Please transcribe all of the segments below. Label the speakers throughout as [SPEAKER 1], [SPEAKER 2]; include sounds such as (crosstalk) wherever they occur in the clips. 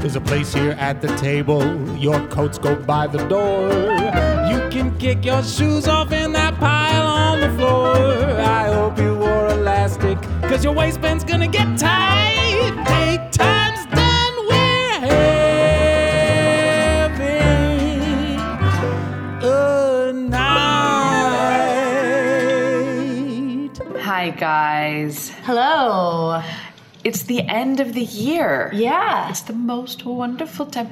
[SPEAKER 1] There's a place here at the table. Your coats go by the door. You can kick your shoes off in that pile on the floor. I hope you wore elastic, cause your waistband's gonna get tight. Take time's done, we're having a night.
[SPEAKER 2] Hi, guys.
[SPEAKER 3] Hello.
[SPEAKER 2] It's the end of the year.
[SPEAKER 3] Yeah.
[SPEAKER 2] It's the most wonderful time.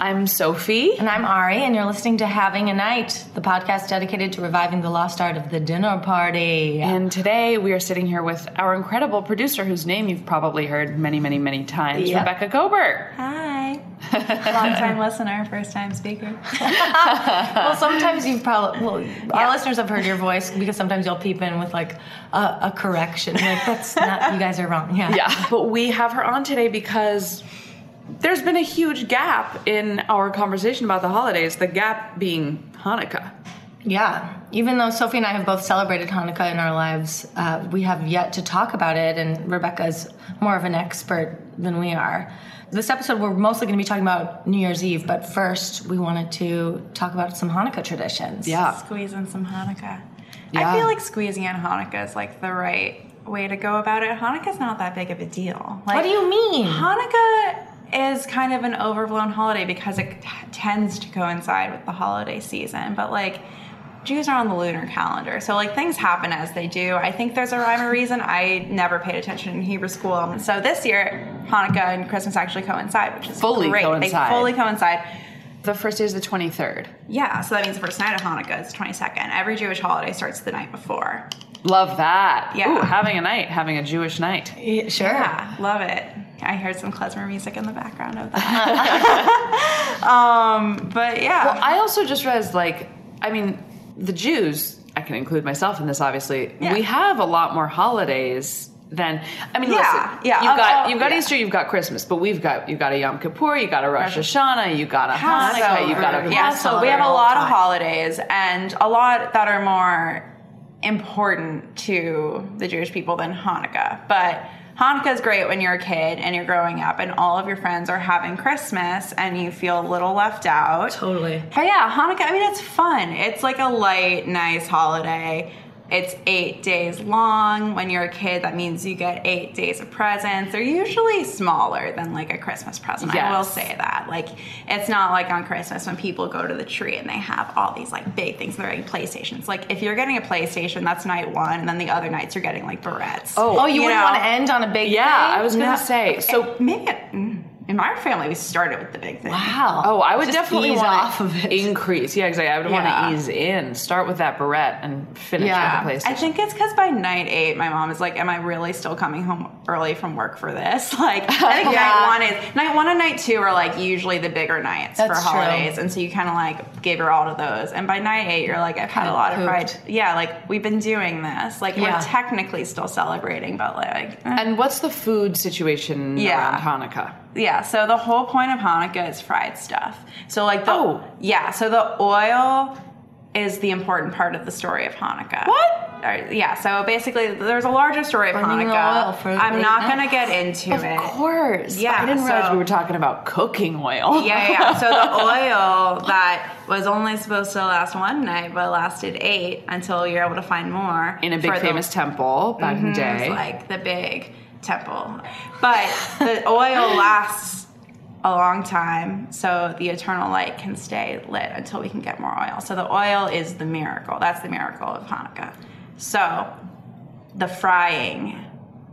[SPEAKER 2] I'm Sophie.
[SPEAKER 3] And I'm Ari, and you're listening to Having a Night, the podcast dedicated to reviving the lost art of the dinner party.
[SPEAKER 2] And today we are sitting here with our incredible producer, whose name you've probably heard many, many, many times,
[SPEAKER 3] Yeah.
[SPEAKER 2] Rebecca Gobert.
[SPEAKER 3] (laughs) Hi. Long (laughs) time listener, first time speaker. (laughs) well, sometimes you've probably, well, our listeners have heard your voice because sometimes you'll peep in with like a, a correction. Like, that's not, you guys are wrong. Yeah. (laughs)
[SPEAKER 2] Yeah. But we have her on today because there's been a huge gap in our conversation about the holidays, the gap being Hanukkah.
[SPEAKER 3] Yeah. Even though Sophie and I have both celebrated Hanukkah in our lives, uh, we have yet to talk about it, and Rebecca's more of an expert than we are. This episode, we're mostly going to be talking about New Year's Eve, but first, we wanted to talk about some Hanukkah traditions.
[SPEAKER 2] Yeah.
[SPEAKER 4] squeeze in some Hanukkah.
[SPEAKER 2] Yeah.
[SPEAKER 4] I feel like squeezing in Hanukkah is like the right way to go about it. Hanukkah's not that big of a deal. Like,
[SPEAKER 3] What do you mean?
[SPEAKER 4] Hanukkah is kind of an overblown holiday because it t- tends to coincide with the holiday season, but like Jews are on the lunar calendar, so like things happen as they do. I think there's a rhyme or reason. I never paid attention in Hebrew school, so this year Hanukkah and Christmas actually coincide, which is
[SPEAKER 2] Fully
[SPEAKER 4] great.
[SPEAKER 2] coincide.
[SPEAKER 4] They fully coincide.
[SPEAKER 2] The first day is the 23rd.
[SPEAKER 4] Yeah, so that means the first night of Hanukkah is 22nd. Every Jewish holiday starts the night before.
[SPEAKER 2] Love that.
[SPEAKER 4] Yeah.
[SPEAKER 2] Ooh, having a night, having a Jewish night.
[SPEAKER 3] sure.
[SPEAKER 4] Yeah, love it. I heard some klezmer music in the background of that.
[SPEAKER 2] (laughs)
[SPEAKER 4] um, but yeah,
[SPEAKER 2] Well, I also just realized, like, I mean, the Jews, I can include myself in this, obviously,
[SPEAKER 4] Yeah.
[SPEAKER 2] we have a lot more holidays than, I mean,
[SPEAKER 4] Yeah,
[SPEAKER 2] listen,
[SPEAKER 4] yeah,
[SPEAKER 2] you've
[SPEAKER 4] oh,
[SPEAKER 2] got,
[SPEAKER 4] oh,
[SPEAKER 2] you've got
[SPEAKER 4] yeah.
[SPEAKER 2] Easter, you've got Christmas, but we've got, you've got a Yom Kippur, you got a Rosh
[SPEAKER 4] Rosh-
[SPEAKER 2] Hashanah, you got a Hanukkah, you've got a
[SPEAKER 3] Passover,
[SPEAKER 4] yeah.
[SPEAKER 2] Passover.
[SPEAKER 4] So we have a lot of holidays and a lot that are more important to the Jewish people than Hanukkah. But Hanukkah is great when you're a kid and you're growing up, and all of your friends are having Christmas, and you feel a little left out.
[SPEAKER 3] Totally.
[SPEAKER 4] But yeah, Hanukkah, I mean, it's fun. It's like a light, nice holiday. It's eight days long. When you're a kid, that means you get eight days of presents. They're usually smaller than like a Christmas present. I will
[SPEAKER 2] Yes.
[SPEAKER 4] say that. Like, it's not like on Christmas when people go to the tree and they have all these like big things. They're getting PlayStations. Like, if you're getting a PlayStation, that's night one, and then the other nights you're getting like barrettes.
[SPEAKER 3] Oh, you, wouldn't
[SPEAKER 4] know?
[SPEAKER 3] want to end on a big
[SPEAKER 2] Yeah, I was going to
[SPEAKER 4] No.
[SPEAKER 2] say, so,
[SPEAKER 4] Maybe it, mm, in my family, we started with the big thing.
[SPEAKER 3] Wow.
[SPEAKER 2] oh, I would
[SPEAKER 3] Just
[SPEAKER 2] definitely
[SPEAKER 3] ease
[SPEAKER 2] want
[SPEAKER 3] off of it.
[SPEAKER 2] increase. Yeah, exactly. I would
[SPEAKER 4] Yeah.
[SPEAKER 2] want to ease in, start with that barrette and finish
[SPEAKER 3] Yeah.
[SPEAKER 2] with the PlayStation.
[SPEAKER 4] I think it's because by night eight, my mom is like, "Am I really still coming home early from work for this?" (laughs) Like, I
[SPEAKER 3] (laughs)
[SPEAKER 4] think
[SPEAKER 3] Yeah.
[SPEAKER 4] night one is night one and night two are like usually the bigger nights for
[SPEAKER 3] That's true.
[SPEAKER 4] holidays, and so you kind of like gave her all of those. And by night eight, you're like, "I've had
[SPEAKER 3] Kinda
[SPEAKER 4] a lot of
[SPEAKER 3] pooped.
[SPEAKER 4] fried, yeah." Like we've been doing this, like
[SPEAKER 3] Yeah.
[SPEAKER 4] we're technically still celebrating, but like, eh.
[SPEAKER 2] and what's the food situation
[SPEAKER 4] Yeah.
[SPEAKER 2] around Hanukkah?
[SPEAKER 4] yeah. So the whole point of Hanukkah is fried stuff. So like the
[SPEAKER 2] Oh.
[SPEAKER 4] yeah, so the oil is the important part of the story of Hanukkah.
[SPEAKER 2] What?
[SPEAKER 4] Or- yeah, so basically, there's a larger story of
[SPEAKER 3] Burning the
[SPEAKER 4] Hanukkah.
[SPEAKER 3] oil for
[SPEAKER 4] I'm
[SPEAKER 3] eight
[SPEAKER 4] not going to
[SPEAKER 3] nights.
[SPEAKER 4] get into it.
[SPEAKER 2] Of course.
[SPEAKER 4] Yeah,
[SPEAKER 2] I didn't realize
[SPEAKER 4] so-
[SPEAKER 2] we were talking about cooking oil.
[SPEAKER 4] Yeah, yeah, yeah. So the oil that was only supposed to last one night, but lasted eight until you're able to find more
[SPEAKER 2] (laughs) in a big
[SPEAKER 4] for the- Mm-hmm.
[SPEAKER 2] famous temple back in the day.
[SPEAKER 4] It's like the big temple. But the oil lasts a long time, so the eternal light can stay lit until we can get more oil. So the oil is the miracle. That's the miracle of Hanukkah. So the frying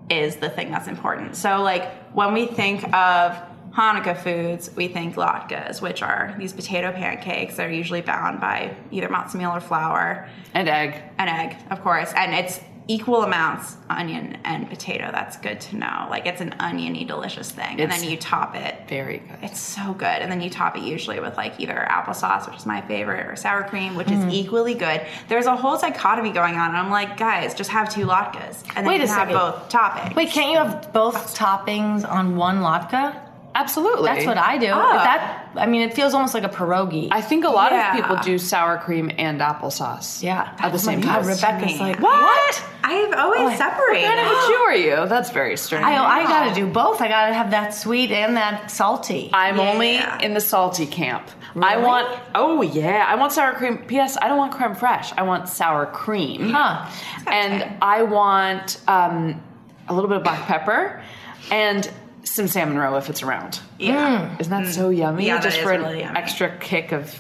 [SPEAKER 4] is the thing that's important. So like when we think of Hanukkah foods, we think latkes, which are these potato pancakes that are usually bound by either matzo meal or flour
[SPEAKER 2] and egg.
[SPEAKER 4] an egg, of course, and it's equal amounts onion and potato. That's good to know. Like it's an oniony delicious thing, and
[SPEAKER 2] It's-
[SPEAKER 4] then you top it.
[SPEAKER 2] Very good.
[SPEAKER 4] It's so good, and then you top it usually with like either applesauce, which is my favorite, or sour cream, which
[SPEAKER 3] Mm-hmm.
[SPEAKER 4] is equally good. There's a whole dichotomy going on, and I'm like, guys, just have two latkes, and then
[SPEAKER 3] Wait
[SPEAKER 4] you
[SPEAKER 3] a
[SPEAKER 4] can have
[SPEAKER 3] second.
[SPEAKER 4] both toppings.
[SPEAKER 3] Wait, can't you have both toppings on one latke?
[SPEAKER 2] Absolutely.
[SPEAKER 3] That's what I do.
[SPEAKER 4] Ah.
[SPEAKER 3] That I mean, it feels almost like a pierogi.
[SPEAKER 2] I think a lot
[SPEAKER 4] Yeah.
[SPEAKER 2] of people do sour cream and applesauce.
[SPEAKER 3] yeah,
[SPEAKER 2] At the
[SPEAKER 3] Oh my
[SPEAKER 2] same
[SPEAKER 3] God,
[SPEAKER 2] time.
[SPEAKER 3] Rebecca's
[SPEAKER 4] Me.
[SPEAKER 3] like, Oh
[SPEAKER 2] What?
[SPEAKER 4] I've always separated.
[SPEAKER 2] What kind of
[SPEAKER 4] (gasps)
[SPEAKER 2] a Jew are you? That's very strange.
[SPEAKER 3] I, oh, I gotta do both. I gotta have that sweet and that salty.
[SPEAKER 2] I'm only
[SPEAKER 4] Yeah.
[SPEAKER 2] in the salty camp. I want, oh yeah, I want sour cream. P.S. I don't want creme fraiche. I want sour cream.
[SPEAKER 3] Huh.
[SPEAKER 4] okay.
[SPEAKER 2] And I want um, a little bit of black pepper and some salmon roe if it's around.
[SPEAKER 3] Mm,
[SPEAKER 4] Yeah.
[SPEAKER 2] Isn't Mm. that so yummy?
[SPEAKER 4] Yeah, that
[SPEAKER 2] Just
[SPEAKER 4] is
[SPEAKER 2] for an
[SPEAKER 4] really yummy.
[SPEAKER 2] extra kick of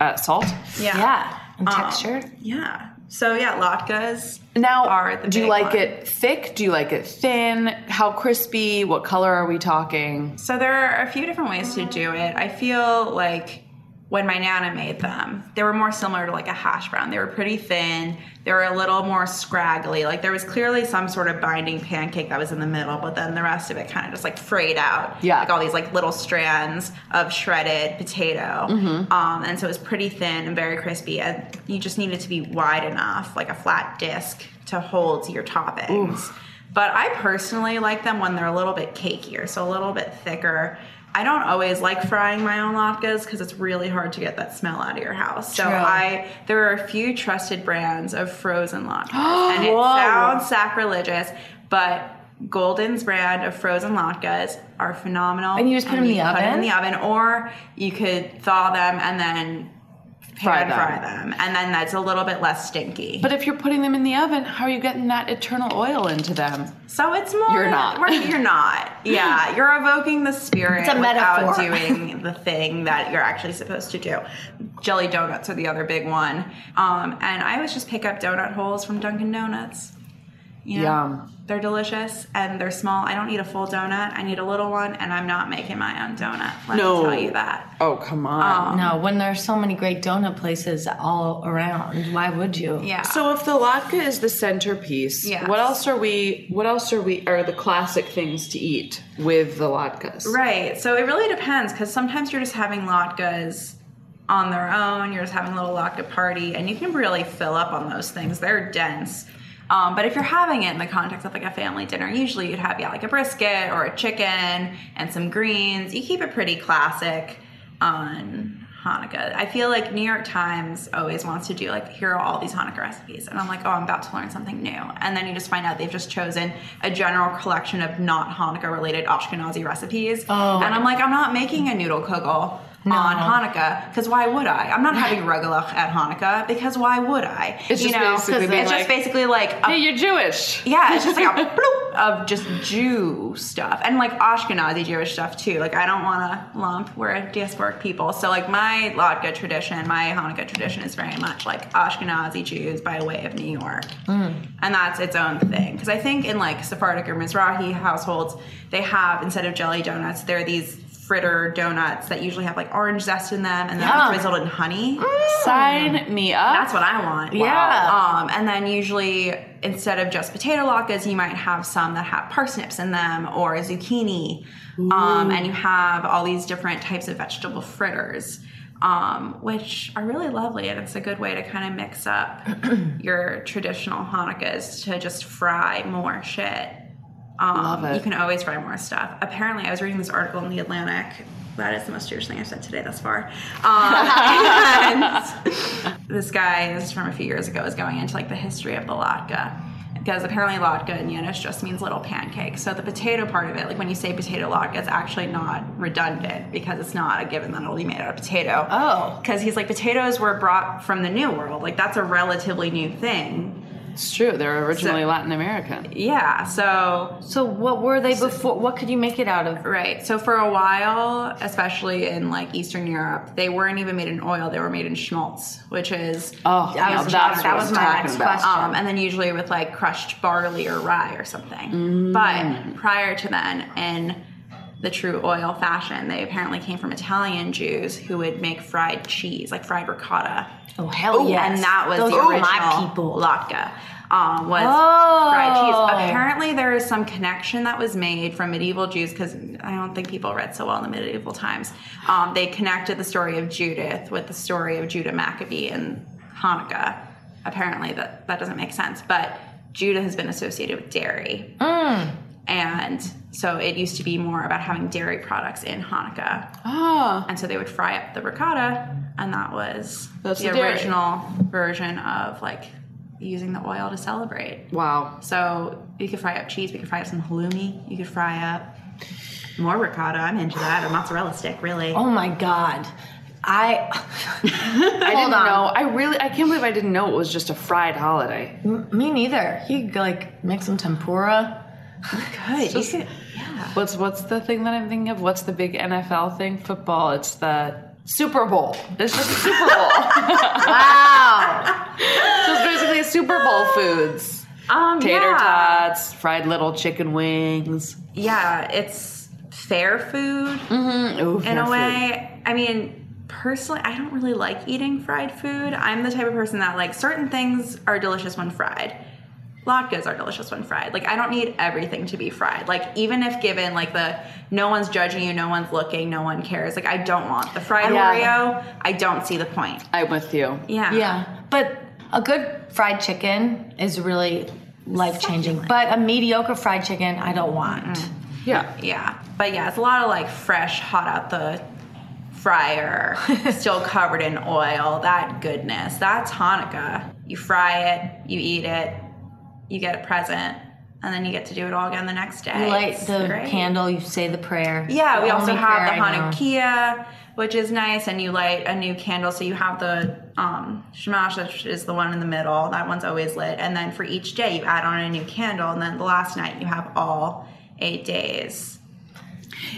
[SPEAKER 2] uh, salt.
[SPEAKER 4] Yeah.
[SPEAKER 3] Yeah, and
[SPEAKER 4] Um,
[SPEAKER 3] texture.
[SPEAKER 4] Yeah. So yeah, latkes.
[SPEAKER 2] Now,
[SPEAKER 4] Are the
[SPEAKER 2] do you
[SPEAKER 4] big
[SPEAKER 2] like
[SPEAKER 4] one.
[SPEAKER 2] it thick? Do you like it thin? How crispy? What color are we talking?
[SPEAKER 4] So there are a few different ways to do it. I feel like when my nana made them, they were more similar to like a hash brown. They were pretty thin. They were a little more scraggly. Like there was clearly some sort of binding pancake that was in the middle, but then the rest of it kind of just like frayed out.
[SPEAKER 2] Yeah.
[SPEAKER 4] Like all these like little strands of shredded potato. Um, and so it was pretty thin and very crispy. And you just needed to be wide enough, like a flat disc, to hold your toppings. But I personally like them when they're a little bit cakier, so a little bit thicker. I don't always like frying my own latkes because it's really hard to get that smell out of your house. So
[SPEAKER 3] True.
[SPEAKER 4] I there are a few trusted brands of frozen latkes, and it sounds sacrilegious, but Golden's brand of frozen latkes are phenomenal.
[SPEAKER 3] And you just put them in the
[SPEAKER 4] can Put them in
[SPEAKER 3] oven?
[SPEAKER 4] the oven, or you could thaw them and then
[SPEAKER 2] Fry
[SPEAKER 4] pan
[SPEAKER 2] them.
[SPEAKER 4] fry them, and then that's a little bit less stinky.
[SPEAKER 2] But if you're putting them in the oven, how are you getting that eternal oil into them?
[SPEAKER 4] So it's more.
[SPEAKER 2] You're
[SPEAKER 4] (laughs)
[SPEAKER 2] not.
[SPEAKER 4] we're- You're not. Yeah, you're evoking the spirit
[SPEAKER 3] It's a
[SPEAKER 4] without
[SPEAKER 3] metaphor.
[SPEAKER 4] doing the thing that you're actually supposed to do. Jelly donuts are the other big one, um, and I always just pick up donut holes from Dunkin' Donuts. You know,
[SPEAKER 2] Yum.
[SPEAKER 4] They're delicious and they're small. I don't need a full donut. I need a little one, and I'm not making my own donut. Let
[SPEAKER 2] No.
[SPEAKER 4] me tell you that.
[SPEAKER 2] Oh, come on.
[SPEAKER 3] no, when there's so many great donut places all around, why would you?
[SPEAKER 4] Yeah.
[SPEAKER 2] So if the latke is the centerpiece,
[SPEAKER 4] Yes.
[SPEAKER 2] what else are we? What else are we? Are the classic things to eat with the latkes?
[SPEAKER 4] Right. So it really depends because sometimes you're just having latkes on their own. You're just having a little latke party, and you can really fill up on those things. They're dense. Um, but if you're having it in the context of like a family dinner, usually you'd have yeah like a brisket or a chicken and some greens. You keep it pretty classic on Hanukkah. I feel like New York Times always wants to do like here are all these Hanukkah recipes, and I'm like, oh, I'm about to learn something new, and then you just find out they've just chosen a general collection of not Hanukkah related Ashkenazi recipes,
[SPEAKER 3] Oh.
[SPEAKER 4] and I'm like, I'm not making a noodle kugel. On Hanukkah, because why would I? I'm not having rugelach at Hanukkah because why would I?
[SPEAKER 2] It's
[SPEAKER 4] you
[SPEAKER 2] just
[SPEAKER 4] know,
[SPEAKER 2] basically being
[SPEAKER 4] it's
[SPEAKER 2] like,
[SPEAKER 4] just basically like a
[SPEAKER 2] Hey, you're Jewish.
[SPEAKER 4] yeah, it's just like a bloop of just Jew stuff and like Ashkenazi Jewish stuff too. Like I don't want to lump we're a diasporic people, so like my latke tradition, my Hanukkah tradition is very much like Ashkenazi Jews by way of New York, and that's its own thing. Because I think in like Sephardic or Mizrahi households, they have instead of jelly donuts, there are these fritter donuts that usually have like orange zest in them and then
[SPEAKER 3] Yum.
[SPEAKER 4] drizzled in honey.
[SPEAKER 2] Sign me up.
[SPEAKER 4] That's what I want.
[SPEAKER 3] Yeah.
[SPEAKER 4] Um, and then usually instead of just potato latkes, you might have some that have parsnips in them or zucchini. Um, and you have all these different types of vegetable fritters. Um, which are really lovely, and it's a good way to kind of mix up your traditional Hanukkahs to just fry more shit. Um,
[SPEAKER 2] Love it.
[SPEAKER 4] You can always fry more stuff. Apparently, I was reading this article in the Atlantic. That is the most Jewish thing I've said today thus far. Um,
[SPEAKER 2] (laughs)
[SPEAKER 4] and- this guy is from a few years ago is going into like the history of the latke because apparently latke in Yiddish just means little pancake. So the potato part of it, like when you say potato latke, it's actually not redundant because it's not a given that it'll be made out of potato.
[SPEAKER 3] Oh.
[SPEAKER 4] because he's like potatoes were brought from the New World, like that's a relatively new thing.
[SPEAKER 2] It's true. They're originally
[SPEAKER 4] So-
[SPEAKER 2] Latin American.
[SPEAKER 4] Yeah, so
[SPEAKER 3] So what were they before? What could you make it out of?
[SPEAKER 4] Right. So for a while, especially in like Eastern Europe, they weren't even made in oil. They were made in schmaltz, which is
[SPEAKER 2] Oh, That
[SPEAKER 3] was-
[SPEAKER 4] that's
[SPEAKER 3] that
[SPEAKER 4] what
[SPEAKER 3] was
[SPEAKER 4] I'm
[SPEAKER 3] my
[SPEAKER 4] talking
[SPEAKER 3] next
[SPEAKER 4] about.
[SPEAKER 3] question.
[SPEAKER 4] Um, and then usually with Mm. like crushed barley or rye or something. But prior to then, in the true oil fashion. They apparently came from Italian Jews who would make fried cheese, like fried ricotta.
[SPEAKER 3] Oh hell yes!
[SPEAKER 4] And that was
[SPEAKER 3] Those
[SPEAKER 4] the
[SPEAKER 3] are
[SPEAKER 4] original
[SPEAKER 3] my people.
[SPEAKER 4] latke. Um, was
[SPEAKER 3] Oh.
[SPEAKER 4] fried cheese. Apparently, there is some connection that was made from medieval Jews because I don't think people read so well in the medieval times. Um, they connected the story of Judith with the story of Judah Maccabee and Hanukkah. Apparently, that that doesn't make sense, but Judah has been associated with dairy, and so it used to be more about having dairy products in Hanukkah.
[SPEAKER 2] Ah,
[SPEAKER 4] And so they would fry up the ricotta, and that was
[SPEAKER 2] That's
[SPEAKER 4] the,
[SPEAKER 2] the dairy.
[SPEAKER 4] original version of like using the oil to celebrate.
[SPEAKER 2] wow.
[SPEAKER 4] So you could fry up cheese, we could fry up some halloumi, you could fry up more ricotta. I'm into that. A mozzarella stick, really.
[SPEAKER 3] Oh my god! I
[SPEAKER 2] I
[SPEAKER 3] (laughs) Hold
[SPEAKER 2] didn't
[SPEAKER 3] on.
[SPEAKER 2] know. I really, I can't believe I didn't know it was just a fried holiday.
[SPEAKER 3] m- me neither. You could, like make some tempura.
[SPEAKER 4] good. You could-
[SPEAKER 2] What's what's the thing that I'm thinking of? What's the big NFL thing? Football. It's the Super Bowl. It's just a Super
[SPEAKER 4] (laughs)
[SPEAKER 2] Bowl.
[SPEAKER 3] Wow!
[SPEAKER 2] so it's basically Super Bowl foods.
[SPEAKER 4] um,
[SPEAKER 2] Tater
[SPEAKER 4] yeah.
[SPEAKER 2] tots, fried little chicken wings.
[SPEAKER 4] Yeah, it's fair food
[SPEAKER 2] Ooh,
[SPEAKER 4] in
[SPEAKER 2] fair
[SPEAKER 4] a
[SPEAKER 2] food.
[SPEAKER 4] way. I mean, personally, I don't really like eating fried food. I'm the type of person that like certain things are delicious when fried. Latkes are delicious when fried. Like I don't need everything to be fried. Like even if given like the no one's judging you, no one's looking, no one cares. Like I don't want the fried
[SPEAKER 2] Yeah.
[SPEAKER 4] Oreo. I don't see the point.
[SPEAKER 2] I'm with you.
[SPEAKER 4] Yeah.
[SPEAKER 3] Yeah, but a good fried chicken is really life changing. But a mediocre fried chicken, I don't want.
[SPEAKER 4] Mm.
[SPEAKER 2] Yeah.
[SPEAKER 4] Yeah. But yeah, it's a lot of like fresh, hot out the
[SPEAKER 3] (laughs)
[SPEAKER 4] fryer, still covered in oil. That goodness. That's Hanukkah. You fry it, you eat it, you get a present, and then you get to do it all again the next day.
[SPEAKER 3] You light
[SPEAKER 4] It's
[SPEAKER 3] the
[SPEAKER 4] great.
[SPEAKER 3] candle, you say the prayer.
[SPEAKER 4] Yeah, we
[SPEAKER 3] The
[SPEAKER 4] also
[SPEAKER 3] only
[SPEAKER 4] have
[SPEAKER 3] prayer
[SPEAKER 4] the
[SPEAKER 3] I know.
[SPEAKER 4] Hanukkah, which is nice, and you light a new candle. So you have the um, shamash, which is the one in the middle. That one's always lit. And then for each day, you add on a new candle, and then the last night, you have all eight days.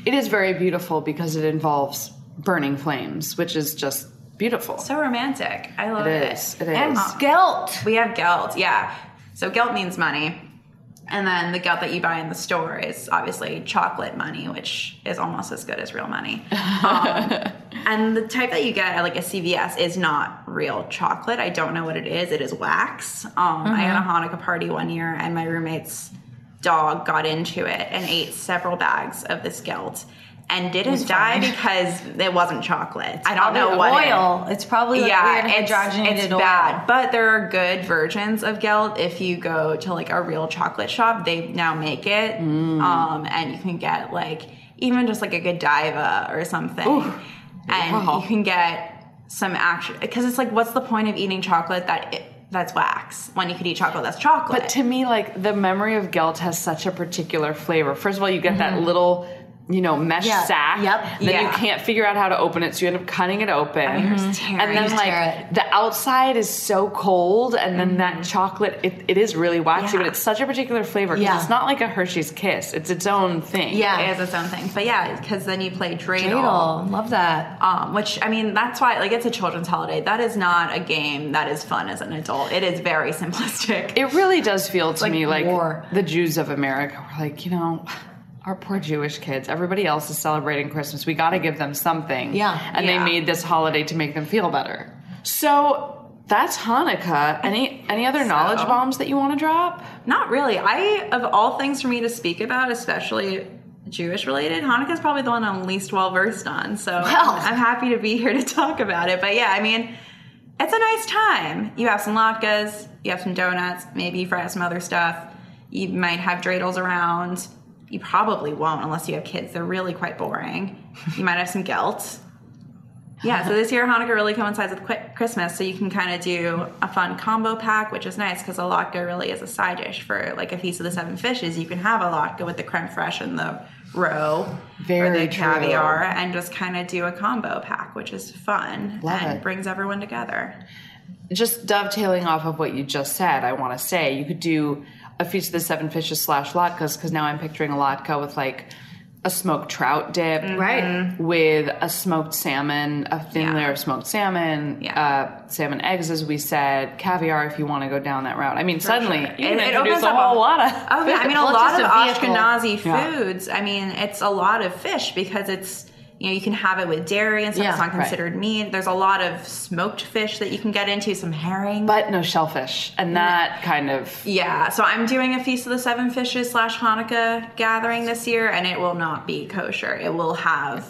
[SPEAKER 2] It is very beautiful because it involves burning flames, which is just beautiful.
[SPEAKER 4] So romantic. I love
[SPEAKER 2] it
[SPEAKER 4] it.
[SPEAKER 2] is. It is.
[SPEAKER 4] Uh,
[SPEAKER 3] And guilt.
[SPEAKER 4] We have gelt, yeah. So gelt means money. And then the gelt that you buy in the store is obviously chocolate money, which is almost as good as
[SPEAKER 2] (laughs)
[SPEAKER 4] real money. Um, and the type that you get at like a CVS is not real chocolate. I don't know what it is. It is wax. Um, I had a
[SPEAKER 2] Mm-hmm.
[SPEAKER 4] Hanukkah party one year, and my roommate's dog got into it and ate several bags of this gelt and didn't die because it wasn't chocolate. I don't know what it-
[SPEAKER 3] oil. it's probably like weird
[SPEAKER 4] it's-
[SPEAKER 3] hydrogenated
[SPEAKER 4] it's,
[SPEAKER 3] oil.
[SPEAKER 4] bad. But there are good versions of gelt. If you go to like a real chocolate shop, they now make it,
[SPEAKER 3] Mm.
[SPEAKER 4] um, and you can get like even just like a Godiva or something, and
[SPEAKER 2] Wow.
[SPEAKER 4] you can get some action because it's like, what's the point of eating chocolate that it, that's wax when you could eat chocolate that's chocolate?
[SPEAKER 2] But to me, like the memory of gelt has such a particular flavor. First of all, you get that little, you know, mesh
[SPEAKER 3] Mm-hmm. Yeah.
[SPEAKER 2] sack.
[SPEAKER 3] Yep.
[SPEAKER 2] Then you
[SPEAKER 4] Yeah.
[SPEAKER 2] can't figure out how to open it, so you end up cutting it open.
[SPEAKER 4] yours tearing.
[SPEAKER 2] And then
[SPEAKER 4] You
[SPEAKER 2] like
[SPEAKER 3] tear it.
[SPEAKER 2] the outside is so cold, and then
[SPEAKER 3] Mm-hmm.
[SPEAKER 2] that chocolate, it, it is really waxy,
[SPEAKER 4] Yeah.
[SPEAKER 2] but it's such a particular flavor because
[SPEAKER 3] Yeah.
[SPEAKER 2] it's not like a Hershey's Kiss. It's its own thing.
[SPEAKER 3] Yeah.
[SPEAKER 4] it is its own thing. But yeah, because then you play
[SPEAKER 3] Dreidel. Love that.
[SPEAKER 4] Um, which I mean, that's why like it's a children's holiday. That is not a game that is fun as an adult. It is very (laughs) simplistic.
[SPEAKER 2] It really does feel to me like
[SPEAKER 3] war.
[SPEAKER 2] the Jews of America were like, you know, our poor Jewish kids. Everybody else is celebrating Christmas. We got to give them something.
[SPEAKER 3] Yeah.
[SPEAKER 2] And
[SPEAKER 4] Yeah.
[SPEAKER 2] they made this holiday to make them feel better. So that's Hanukkah. Any any other knowledge bombs that you want to drop?
[SPEAKER 4] Not really. I of all things for me to speak about, especially Jewish related, Hanukkah is probably the one I'm least well versed on. So I'm happy to be here to (laughs) talk about it. But yeah, I mean, it's a nice time. You have some latkes, you have some donuts, maybe you fry up some other stuff. You might have dreidels around. You probably won't unless you have kids. They're really quite boring. You might have some guilt. Yeah,
[SPEAKER 3] (laughs)
[SPEAKER 4] so this year Hanukkah really coincides with Qui- Christmas, so you can kind of do a fun combo pack, which is nice because a latke really is a side dish for like a feast of the seven fishes. You can have a latke with the creme fraiche and the roe or
[SPEAKER 2] Very
[SPEAKER 4] the
[SPEAKER 2] true.
[SPEAKER 4] caviar, and just kind of do a combo pack, which is fun
[SPEAKER 2] Love
[SPEAKER 4] and
[SPEAKER 2] it.
[SPEAKER 4] brings everyone together.
[SPEAKER 2] Just dovetailing off of what you just said, I want to say you could do a feast of the seven fishes slash latkes because now I'm picturing a latke with like a smoked trout dip
[SPEAKER 3] Right.
[SPEAKER 2] with a smoked salmon, a thin
[SPEAKER 4] Mm-hmm. Yeah.
[SPEAKER 2] layer of smoked salmon,
[SPEAKER 4] Yeah.
[SPEAKER 2] uh, salmon eggs, as we said, caviar if you want to go down that route. I mean, suddenly
[SPEAKER 4] sure.
[SPEAKER 2] you can
[SPEAKER 4] It- it
[SPEAKER 2] introduce
[SPEAKER 4] opens
[SPEAKER 2] a
[SPEAKER 4] up
[SPEAKER 2] whole
[SPEAKER 4] a- (laughs)
[SPEAKER 2] lot of.
[SPEAKER 4] Oh, yeah. I mean, a
[SPEAKER 3] Well, it's
[SPEAKER 4] lot
[SPEAKER 3] just
[SPEAKER 4] of
[SPEAKER 3] a vehicle.
[SPEAKER 4] Ashkenazi
[SPEAKER 2] Yeah.
[SPEAKER 4] foods. I mean, it's a lot of fish because it's, you know, you can have it with dairy and stuff.
[SPEAKER 3] Yeah,
[SPEAKER 4] it's not
[SPEAKER 3] right.
[SPEAKER 4] considered meat. There's a lot of smoked fish that you can get into, some herring.
[SPEAKER 2] but no shellfish, and that kind of
[SPEAKER 4] yeah, so I'm doing a Feast of the Seven Fishes slash Hanukkah gathering this year, and it will not be kosher. It will have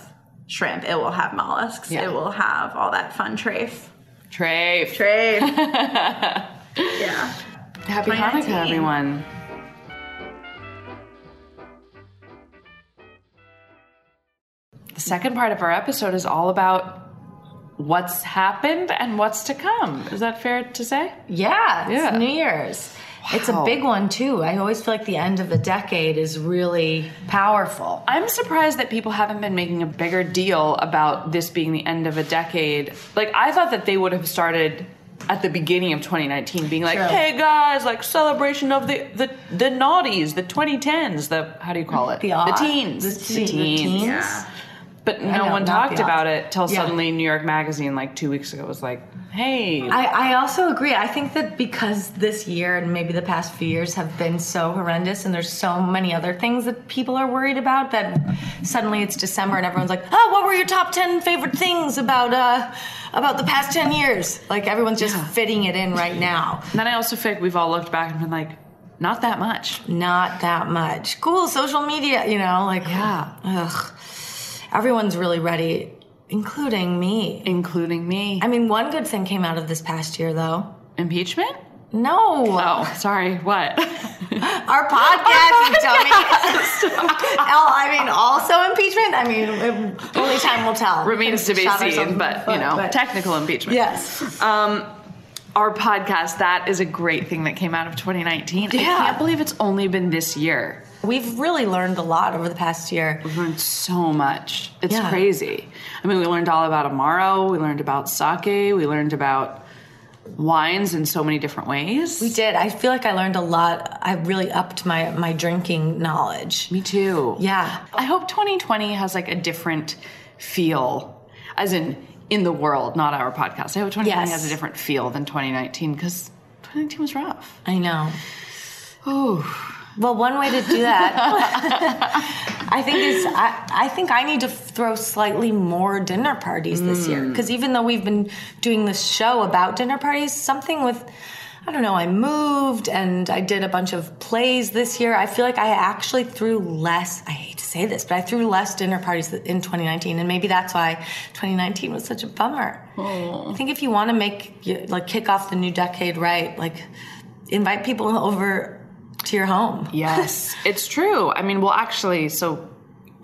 [SPEAKER 4] shrimp, it will have mollusks,
[SPEAKER 2] Yeah.
[SPEAKER 4] it will have all that fun trafe.
[SPEAKER 2] tray.
[SPEAKER 4] Trafe. (laughs) yeah.
[SPEAKER 2] Happy
[SPEAKER 4] 2019.
[SPEAKER 2] Hanukkah, everyone. The second part of our episode is all about what's happened and what's to come. Is that fair to say?
[SPEAKER 3] Yeah, it's
[SPEAKER 2] Yeah.
[SPEAKER 3] New Year's. It's a
[SPEAKER 2] Wow.
[SPEAKER 3] big one too. I always feel like the end of the decade is really powerful.
[SPEAKER 2] I'm surprised that people haven't been making a bigger deal about this being the end of a decade. Like, I thought that they would have started at the beginning of 2019 being like,
[SPEAKER 3] Sure.
[SPEAKER 2] hey guys, like celebration of the, the, the naughties, the 2010s, the, how do you call it?
[SPEAKER 3] The odd.
[SPEAKER 2] teens.
[SPEAKER 3] The te- the teens.
[SPEAKER 4] Yeah.
[SPEAKER 2] But no
[SPEAKER 3] know,
[SPEAKER 2] one
[SPEAKER 3] not
[SPEAKER 2] talked
[SPEAKER 3] the odd.
[SPEAKER 2] about it till
[SPEAKER 3] Yeah.
[SPEAKER 2] suddenly New York Magazine, like two weeks ago, was like, hey,
[SPEAKER 3] I, I also agree. I think that because this year and maybe the past few years have been so horrendous, and there's so many other things that people are worried about, that suddenly it's December and everyone's like, "Oh, what were your top ten favorite things about uh, about the past ten years?" Like everyone's just fitting it in right now.
[SPEAKER 2] And then I also feel like we've all looked back and been like, not that much.
[SPEAKER 3] Not that much. Cool, social media. You know, like
[SPEAKER 2] Yeah.
[SPEAKER 3] ugh. everyone's really ready, including me.
[SPEAKER 2] Including me.
[SPEAKER 3] I mean, one good thing came out of this past year, though.
[SPEAKER 2] Impeachment?
[SPEAKER 3] No.
[SPEAKER 2] Oh, sorry,
[SPEAKER 3] (laughs)
[SPEAKER 2] what?
[SPEAKER 3] Our podcast, you dummy. Al- I mean, also impeachment. I mean, um, only time will tell.
[SPEAKER 2] Remains to be
[SPEAKER 3] Shot ourselves
[SPEAKER 2] seen,
[SPEAKER 3] in
[SPEAKER 2] but
[SPEAKER 3] the
[SPEAKER 2] you know,
[SPEAKER 3] foot, but-
[SPEAKER 2] technical impeachment.
[SPEAKER 3] yes.
[SPEAKER 2] Um, our podcast, that is a great thing that came out of 2019. I
[SPEAKER 3] Yeah.
[SPEAKER 2] can't believe it's only been this year.
[SPEAKER 3] We've really learned a lot over the past year.
[SPEAKER 2] We've learned so much. It's
[SPEAKER 3] Yeah.
[SPEAKER 2] crazy. I mean, we learned all about Amaro, we learned about sake, we learned about wines in so many different ways.
[SPEAKER 3] We did. I feel like I learned a lot. I really upped my my drinking knowledge.
[SPEAKER 2] Me too.
[SPEAKER 3] Yeah.
[SPEAKER 2] I hope 2020 has like a different feel, as in in the world, not our podcast. I hope 2020
[SPEAKER 3] Yes.
[SPEAKER 2] has a different feel than 2019 because 2019 was rough.
[SPEAKER 3] I know. Well, one way to do that,
[SPEAKER 2] (laughs)
[SPEAKER 3] I think is I, I think I need to throw slightly more dinner parties this year because even though we've been doing this show about dinner parties, something with I don't know. I moved and I did a bunch of plays this year. I feel like I actually threw less. I hate to say this, but I threw less dinner parties in 2019, and maybe that's why 2019 was such a bummer. I think if you want to make like kick off the new decade right, like invite people over to your home.
[SPEAKER 2] Yes, it's true. I mean, well, actually, so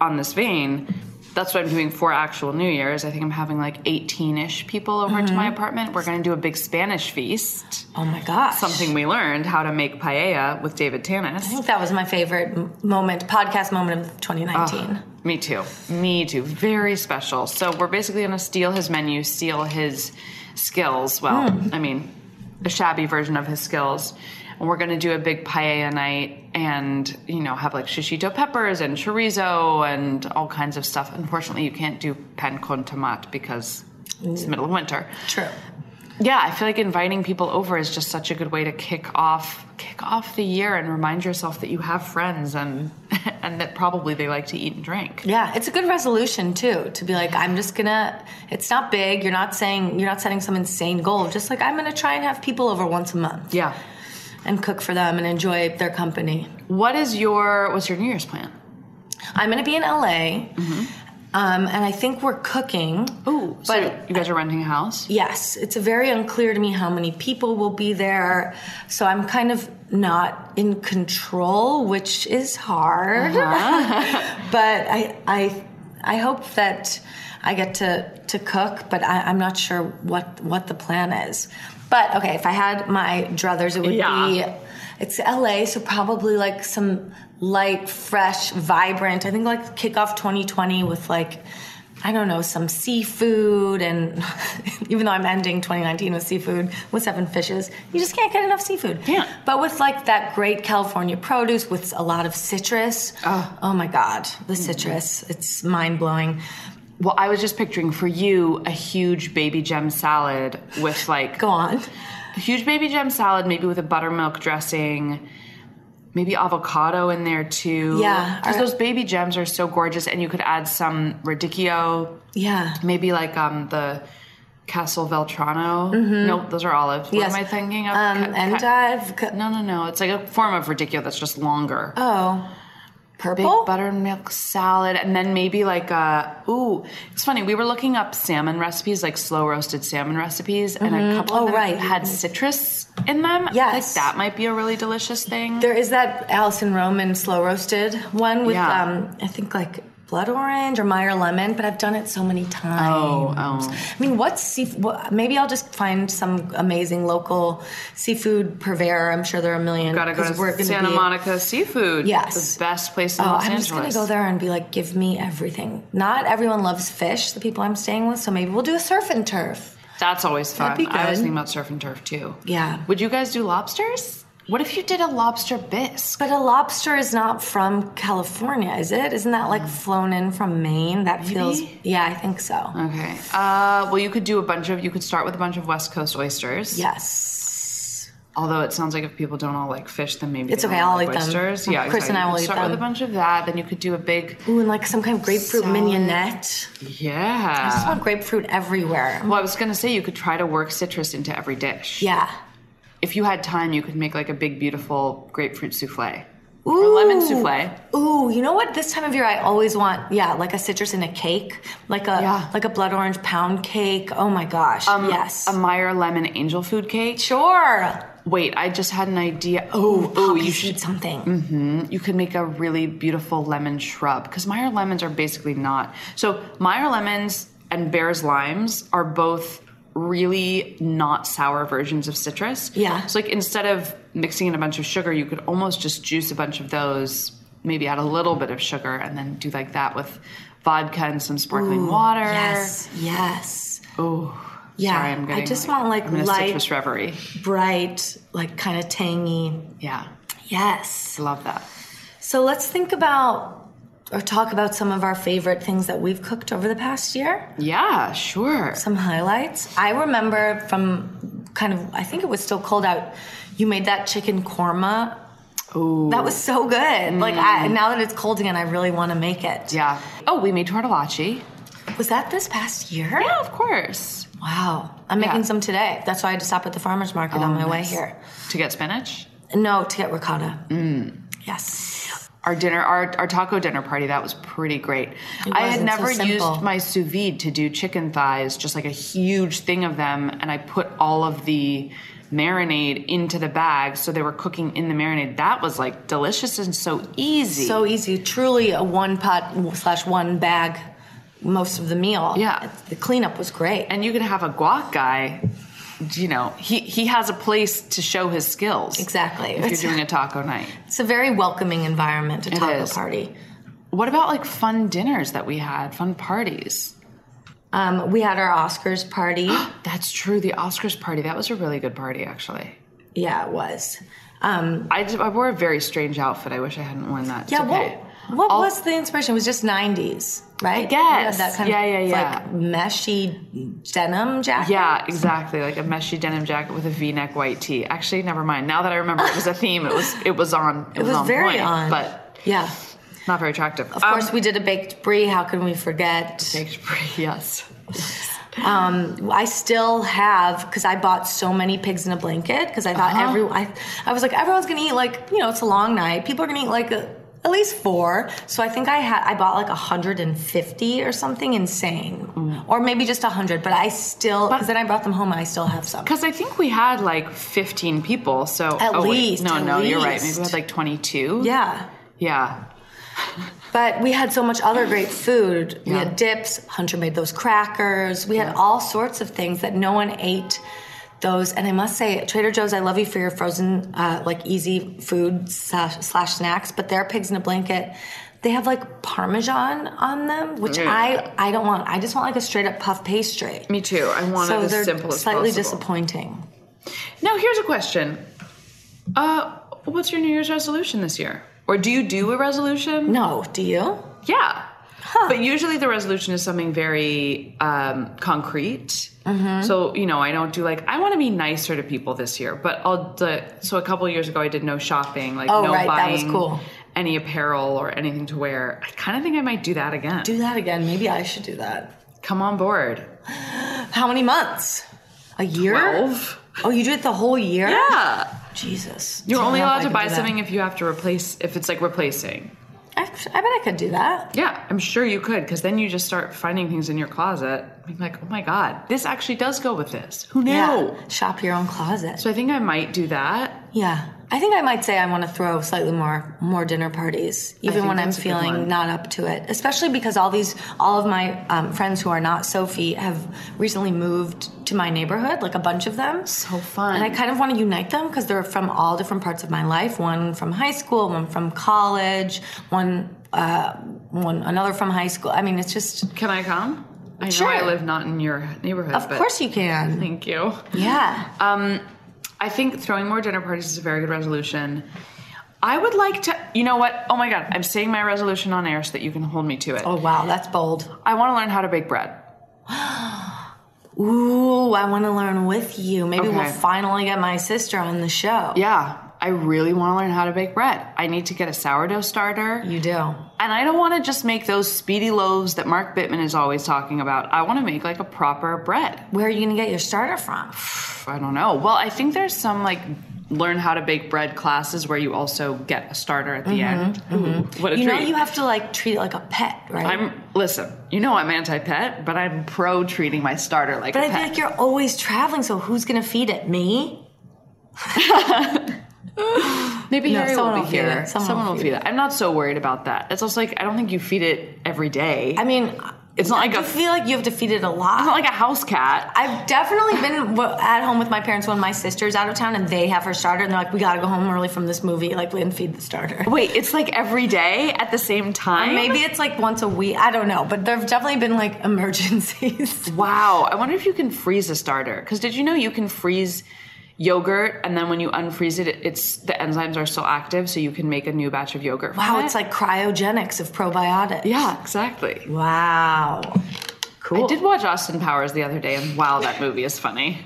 [SPEAKER 2] on this vein, that's what I'm doing for actual New Year's. I think I'm having like 18 ish people over to my apartment. We're going to do a big Spanish feast.
[SPEAKER 3] Oh my gosh.
[SPEAKER 2] Something we learned how to make paella with David Tanis.
[SPEAKER 3] I think that was my favorite m- moment, podcast moment of 2019.
[SPEAKER 2] Me too. Me too. Very special. So we're basically going to steal his menu, steal his skills. Well, I mean, a shabby version of his skills. And we're going to do a big paella night and, you know, have like shishito peppers and chorizo and all kinds of stuff. Unfortunately, you can't do pan con tomate because it's the middle of winter.
[SPEAKER 3] True.
[SPEAKER 2] Yeah, I feel like inviting people over is just such a good way to kick off kick off the year and remind yourself that you have friends and (laughs) and that probably they like to eat and drink.
[SPEAKER 3] Yeah, it's a good resolution too to be like, I'm just gonna. It's not big. You're not saying you're not setting some insane goal. Just like I'm gonna try and have people over once a month
[SPEAKER 2] Yeah.
[SPEAKER 3] and cook for them and enjoy their company.
[SPEAKER 2] What is your what's your New Year's plan?
[SPEAKER 3] I'm gonna be in LA, um, and I think we're cooking.
[SPEAKER 2] Oh, so you guys are renting a house.
[SPEAKER 3] Yes, it's very unclear to me how many people will be there. So I'm kind of not in control, which is hard. (laughs) but I, I, I hope that I get to, to cook, but I, I'm not sure what, what the plan is. But okay, if I had my druthers, it would
[SPEAKER 2] Yeah.
[SPEAKER 3] be it's LA, so probably like some light, fresh, vibrant. I think like kick off 2020 with like I don't know, some seafood. And (laughs) even though I'm ending 2019 with seafood, with seven fishes, you just can't get enough seafood.
[SPEAKER 2] Can't.
[SPEAKER 3] But with like that great California produce with a lot of citrus. Oh, my God, the citrus. It's mind blowing.
[SPEAKER 2] Well, I was just picturing for you a huge baby gem salad with like
[SPEAKER 3] Go on.
[SPEAKER 2] a huge baby gem salad, maybe with a buttermilk dressing, maybe avocado in there too.
[SPEAKER 3] Yeah.
[SPEAKER 2] because those baby gems are so gorgeous, and you could add some radicchio,
[SPEAKER 3] Yeah.
[SPEAKER 2] maybe like um the Castle Veltrano. Nope, those are olives. What
[SPEAKER 3] Yes.
[SPEAKER 2] am I thinking of?
[SPEAKER 3] Um,
[SPEAKER 2] Ca-
[SPEAKER 3] and
[SPEAKER 2] ca-
[SPEAKER 3] I've got
[SPEAKER 2] no, no, no. It's like a form of radicchio that's just longer.
[SPEAKER 3] oh,
[SPEAKER 2] Big
[SPEAKER 3] purple.
[SPEAKER 2] buttermilk salad, and then maybe like a ooh. It's funny. We were looking up salmon recipes, like slow roasted salmon recipes, and a couple of
[SPEAKER 3] Oh,
[SPEAKER 2] them
[SPEAKER 3] right.
[SPEAKER 2] had citrus in them.
[SPEAKER 3] Yes.
[SPEAKER 2] like that might be a really delicious thing.
[SPEAKER 3] There is that Allison Roman slow roasted one with
[SPEAKER 2] Yeah.
[SPEAKER 3] um, I think like blood orange or Meyer lemon, but I've done it so many times.
[SPEAKER 2] oh, oh.
[SPEAKER 3] I mean, what's seafood? What, maybe I'll just find some amazing local seafood purveyor. I'm sure there are a million.
[SPEAKER 2] Gotta go
[SPEAKER 3] 'cause we're
[SPEAKER 2] to
[SPEAKER 3] gonna
[SPEAKER 2] Santa
[SPEAKER 3] be-
[SPEAKER 2] Monica Seafood.
[SPEAKER 3] Yes.
[SPEAKER 2] the best place in
[SPEAKER 3] Oh,
[SPEAKER 2] Los
[SPEAKER 3] I'm
[SPEAKER 2] Angeles.
[SPEAKER 3] just gonna go there and be like, give me everything. Not everyone loves fish. The people I'm staying with, so maybe we'll do a surf and turf.
[SPEAKER 2] That's always fun.
[SPEAKER 3] That'd be
[SPEAKER 2] I was
[SPEAKER 3] good.
[SPEAKER 2] thinking about surf and turf too.
[SPEAKER 3] Yeah.
[SPEAKER 2] Would you guys do lobsters? What if you did a lobster bisque?
[SPEAKER 3] But a lobster is not from California, is it? Isn't that
[SPEAKER 2] Mm.
[SPEAKER 3] like flown in from Maine? That feels. Yeah, I think so.
[SPEAKER 2] Okay. Uh, well, you could do a bunch of. You could start with a bunch of West Coast oysters.
[SPEAKER 3] Yes.
[SPEAKER 2] Although it sounds like if people don't all like fish, then maybe
[SPEAKER 3] It's
[SPEAKER 2] they
[SPEAKER 3] okay,
[SPEAKER 2] Don't
[SPEAKER 3] I'll
[SPEAKER 2] like
[SPEAKER 3] eat them.
[SPEAKER 2] oysters. Yeah,
[SPEAKER 3] Chris
[SPEAKER 2] exactly.
[SPEAKER 3] and I
[SPEAKER 2] You
[SPEAKER 3] will
[SPEAKER 2] could
[SPEAKER 3] eat
[SPEAKER 2] start with
[SPEAKER 3] them.
[SPEAKER 2] a bunch of that. Then you could do a big
[SPEAKER 3] Ooh, and like some kind of grapefruit
[SPEAKER 2] Salad.
[SPEAKER 3] mignonette.
[SPEAKER 2] yeah.
[SPEAKER 3] I want grapefruit everywhere.
[SPEAKER 2] well, I was gonna say you could try to work citrus into every dish.
[SPEAKER 3] Yeah.
[SPEAKER 2] If you had time, you could make like a big, beautiful grapefruit souffle.
[SPEAKER 3] Ooh.
[SPEAKER 2] lemon souffle.
[SPEAKER 3] Ooh, you know what? This time of year, I always want yeah, like a citrus in a cake, like a
[SPEAKER 2] Yeah. Um,
[SPEAKER 3] like a blood orange pound cake. Oh my gosh, yes.
[SPEAKER 2] A Meyer lemon angel food cake.
[SPEAKER 3] sure.
[SPEAKER 2] Wait, I just had an idea. Oh, oh, you should. Mm.
[SPEAKER 3] eat something.
[SPEAKER 2] You could make a really beautiful lemon shrub because Meyer lemons are basically not. So Meyer lemons and Bear's limes are both really not sour versions of citrus.
[SPEAKER 3] Yeah.
[SPEAKER 2] So like instead of mixing in a bunch of sugar, you could almost just juice a bunch of those, maybe add a little bit of sugar, and then do like that with vodka and some sparkling water.
[SPEAKER 3] Yes, yes.
[SPEAKER 2] Oh.
[SPEAKER 3] Yeah,
[SPEAKER 2] Sorry, I'm
[SPEAKER 3] I
[SPEAKER 2] getting.
[SPEAKER 3] just want, like,
[SPEAKER 2] I'm in a
[SPEAKER 3] light-
[SPEAKER 2] citrus reverie.
[SPEAKER 3] Bright, like kind of tangy.
[SPEAKER 2] Yeah.
[SPEAKER 3] Yes.
[SPEAKER 2] Love that.
[SPEAKER 3] So let's think about or talk about some of our favorite things that we've cooked over the past year.
[SPEAKER 2] Yeah, sure.
[SPEAKER 3] some highlights. I remember from kind of I think it was still cold out. You made that chicken korma.
[SPEAKER 2] Ooh. Mm.
[SPEAKER 3] That was so good. Like I, now that it's cold again, I really want to make it.
[SPEAKER 2] Yeah. Oh, we made tortellacci.
[SPEAKER 3] Was that this past year?
[SPEAKER 2] Yeah, of course.
[SPEAKER 3] Wow. I'm making
[SPEAKER 2] Yeah. Oh,
[SPEAKER 3] some today. That's why I had to stop at the farmers market on my way
[SPEAKER 2] nice.
[SPEAKER 3] here.
[SPEAKER 2] To get spinach.
[SPEAKER 3] No, to get ricotta.
[SPEAKER 2] Mm.
[SPEAKER 3] Yes.
[SPEAKER 2] Our dinner, our, our taco dinner party, that was pretty great. I
[SPEAKER 3] was,
[SPEAKER 2] had
[SPEAKER 3] it's so
[SPEAKER 2] never
[SPEAKER 3] simple.
[SPEAKER 2] used my sous vide to do chicken thighs, just like a huge thing of them, and I put all of the marinade into the bag, so they were cooking in the marinade. That was like delicious and so easy.
[SPEAKER 3] So easy. Truly a one pot slash one bag most of the meal.
[SPEAKER 2] Yeah.
[SPEAKER 3] The cleanup was great.
[SPEAKER 2] and you can have a guac guy. You know, he he has a place to show his skills.
[SPEAKER 3] Exactly.
[SPEAKER 2] If you're doing a taco night.
[SPEAKER 3] It's a very welcoming environment, a
[SPEAKER 2] It
[SPEAKER 3] taco
[SPEAKER 2] is.
[SPEAKER 3] party.
[SPEAKER 2] What about like fun dinners that we had, fun parties?
[SPEAKER 3] Um, we had our Oscars
[SPEAKER 2] (gasps)
[SPEAKER 3] party.
[SPEAKER 2] That's true. The Oscars party. That was a really good party, actually.
[SPEAKER 3] yeah, it was. Um,
[SPEAKER 2] I, d- I wore a very strange outfit. I wish I hadn't worn that. It's
[SPEAKER 3] yeah,
[SPEAKER 2] okay.
[SPEAKER 3] what, what
[SPEAKER 2] I'll-
[SPEAKER 3] was the inspiration? It was just 90s, right?
[SPEAKER 2] I
[SPEAKER 3] We had
[SPEAKER 2] guess.
[SPEAKER 3] that kind
[SPEAKER 2] Yeah,
[SPEAKER 3] of
[SPEAKER 2] yeah, yeah.
[SPEAKER 3] like meshy denim jacket.
[SPEAKER 2] Yeah, exactly. Like a meshy denim jacket with a V-neck white tee. Actually, never mind. Now that I remember, it was a theme. It was it was on. It,
[SPEAKER 3] It was
[SPEAKER 2] on
[SPEAKER 3] very
[SPEAKER 2] point,
[SPEAKER 3] on.
[SPEAKER 2] but Um,
[SPEAKER 3] Yeah.
[SPEAKER 2] not very attractive.
[SPEAKER 3] Of course, we did a baked brie. How can we forget?
[SPEAKER 2] (laughs) yes.
[SPEAKER 3] I still have because I bought so many pigs in a blanket because I thought
[SPEAKER 2] Uh-huh.
[SPEAKER 3] everyone. I, I was like, everyone's gonna eat like you know, it's a long night. People are gonna eat like a, at least four. So I think I had I bought like hundred and fifty or something insane, or maybe just hundred. But I still because then I brought them home and I still have some.
[SPEAKER 2] Because I think we had like 15 people. So
[SPEAKER 3] At
[SPEAKER 2] oh, wait.
[SPEAKER 3] least,
[SPEAKER 2] No,
[SPEAKER 3] at
[SPEAKER 2] no, you're right. Maybe
[SPEAKER 3] least.
[SPEAKER 2] we had like 22.
[SPEAKER 3] Yeah.
[SPEAKER 2] Yeah.
[SPEAKER 3] But we had so much other great food. We
[SPEAKER 2] Yeah.
[SPEAKER 3] had dips. Hunter made those crackers. We had all sorts of things that no one ate. Those and I must say, Trader Joe's, I love you for your frozen, uh, like easy food slash, slash snacks. But their pigs in a blanket They have like parmesan on them, which
[SPEAKER 2] Mm.
[SPEAKER 3] I I don't want. I just want like a straight up puff pastry.
[SPEAKER 2] Me too. I want
[SPEAKER 3] so
[SPEAKER 2] it
[SPEAKER 3] they're
[SPEAKER 2] as simple as
[SPEAKER 3] slightly
[SPEAKER 2] possible.
[SPEAKER 3] disappointing.
[SPEAKER 2] Now, here's a question. Uh, what's your New Year's resolution this year? Or do you do a resolution?
[SPEAKER 3] No, do you?
[SPEAKER 2] Yeah. But usually the resolution is something very um, concrete.
[SPEAKER 3] Mm-hmm.
[SPEAKER 2] So, you know, I don't do like, I want to be nicer to people this year, but I'll, the, so a couple years ago I did no shopping, like
[SPEAKER 3] Oh,
[SPEAKER 2] no
[SPEAKER 3] right, that
[SPEAKER 2] buying
[SPEAKER 3] was cool.
[SPEAKER 2] any apparel or anything to wear. I kind of think I might do that again.
[SPEAKER 3] Do that again. Maybe I should do that.
[SPEAKER 2] Come on board.
[SPEAKER 3] How many months? A year?
[SPEAKER 2] Twelve.
[SPEAKER 3] Oh, you do it the whole year? (laughs)
[SPEAKER 2] Yeah.
[SPEAKER 3] Jesus.
[SPEAKER 2] You're
[SPEAKER 3] I don't
[SPEAKER 2] only
[SPEAKER 3] know if I
[SPEAKER 2] allowed to
[SPEAKER 3] could
[SPEAKER 2] buy
[SPEAKER 3] do that.
[SPEAKER 2] something if you have to replace, if it's like replacing.
[SPEAKER 3] I, I bet I could do that.
[SPEAKER 2] Yeah, I'm sure you could, because then you just start finding things in your closet, being like, oh my god, this actually does go with this. Who knew?
[SPEAKER 3] Yeah. Shop your own closet.
[SPEAKER 2] So I think I might do that.
[SPEAKER 3] Yeah. I think I might say I want to throw slightly more more dinner parties, even
[SPEAKER 2] think
[SPEAKER 3] when I'm
[SPEAKER 2] that's a good
[SPEAKER 3] feeling
[SPEAKER 2] one.
[SPEAKER 3] not up to it. Especially because all these all of my um, friends who are not Sophie have recently moved to my neighborhood, like a bunch of them.
[SPEAKER 2] So fun.
[SPEAKER 3] And I kind of want to unite them because they're from all different parts of my life. One from high school, one from college, one uh, one another from high school. I mean, it's just
[SPEAKER 2] Can I come? I
[SPEAKER 3] Sure.
[SPEAKER 2] know I live not in your neighborhood.
[SPEAKER 3] of
[SPEAKER 2] but
[SPEAKER 3] course you can.
[SPEAKER 2] Thank you.
[SPEAKER 3] Yeah.
[SPEAKER 2] Um, I think throwing more dinner parties is a very good resolution. I would like to, you know what? Oh my god, I'm saying my resolution on air so that you can hold me to it.
[SPEAKER 3] Oh wow, that's bold.
[SPEAKER 2] I want to learn how to bake bread.
[SPEAKER 3] Ooh, I want to learn with you. Maybe we'll
[SPEAKER 2] Okay.
[SPEAKER 3] finally get my sister on the show.
[SPEAKER 2] Yeah, I really want to learn how to bake bread. I need to get a sourdough starter.
[SPEAKER 3] You do.
[SPEAKER 2] And I don't want to just make those speedy loaves that Mark Bittman is always talking about. I want to make like a proper bread.
[SPEAKER 3] Where are you gonna get your starter from?
[SPEAKER 2] Pff, I don't know. Well, I think there's some like learn how to bake bread classes where you also get a starter at the
[SPEAKER 3] Mm-hmm,
[SPEAKER 2] end. Mm-hmm. What a
[SPEAKER 3] You know
[SPEAKER 2] treat.
[SPEAKER 3] you have to like treat it like a pet, right?
[SPEAKER 2] I'm listen. You know I'm anti-pet, but I'm pro treating my starter like
[SPEAKER 3] but
[SPEAKER 2] a
[SPEAKER 3] I feel
[SPEAKER 2] pet.
[SPEAKER 3] like you're always traveling, so who's gonna feed it? Me?
[SPEAKER 2] Maybe
[SPEAKER 3] No,
[SPEAKER 2] Harry
[SPEAKER 3] someone
[SPEAKER 2] will
[SPEAKER 3] will
[SPEAKER 2] be
[SPEAKER 3] feed
[SPEAKER 2] here.
[SPEAKER 3] it. Someone will
[SPEAKER 2] will
[SPEAKER 3] feed
[SPEAKER 2] feed it. I'm not so worried about that. It's also like I don't think you feed it every day.
[SPEAKER 3] I mean,
[SPEAKER 2] It's not
[SPEAKER 3] I
[SPEAKER 2] like
[SPEAKER 3] do
[SPEAKER 2] a-
[SPEAKER 3] feel like you have to feed it a
[SPEAKER 2] I'm not
[SPEAKER 3] lot.
[SPEAKER 2] like a house cat.
[SPEAKER 3] I've definitely been w- at home with my parents when my sister's out of town and they have her starter and they're like, we gotta go home early from this movie, like, and feed the starter.
[SPEAKER 2] Wait, it's like every day at the same time.
[SPEAKER 3] Maybe it's like once a week, I don't know, but there have definitely been like (laughs) emergencies.
[SPEAKER 2] Wow. I wonder if you can freeze a starter. Because did you know you can freeze yogurt and then when you unfreeze it, it's the enzymes are still active, so you can make a new batch of yogurt. from
[SPEAKER 3] Wow,
[SPEAKER 2] it?
[SPEAKER 3] it's like cryogenics of probiotics.
[SPEAKER 2] yeah, exactly.
[SPEAKER 3] Wow.
[SPEAKER 2] Cool. I did watch Austin Powers the other day, and wow, that movie is (laughs) funny.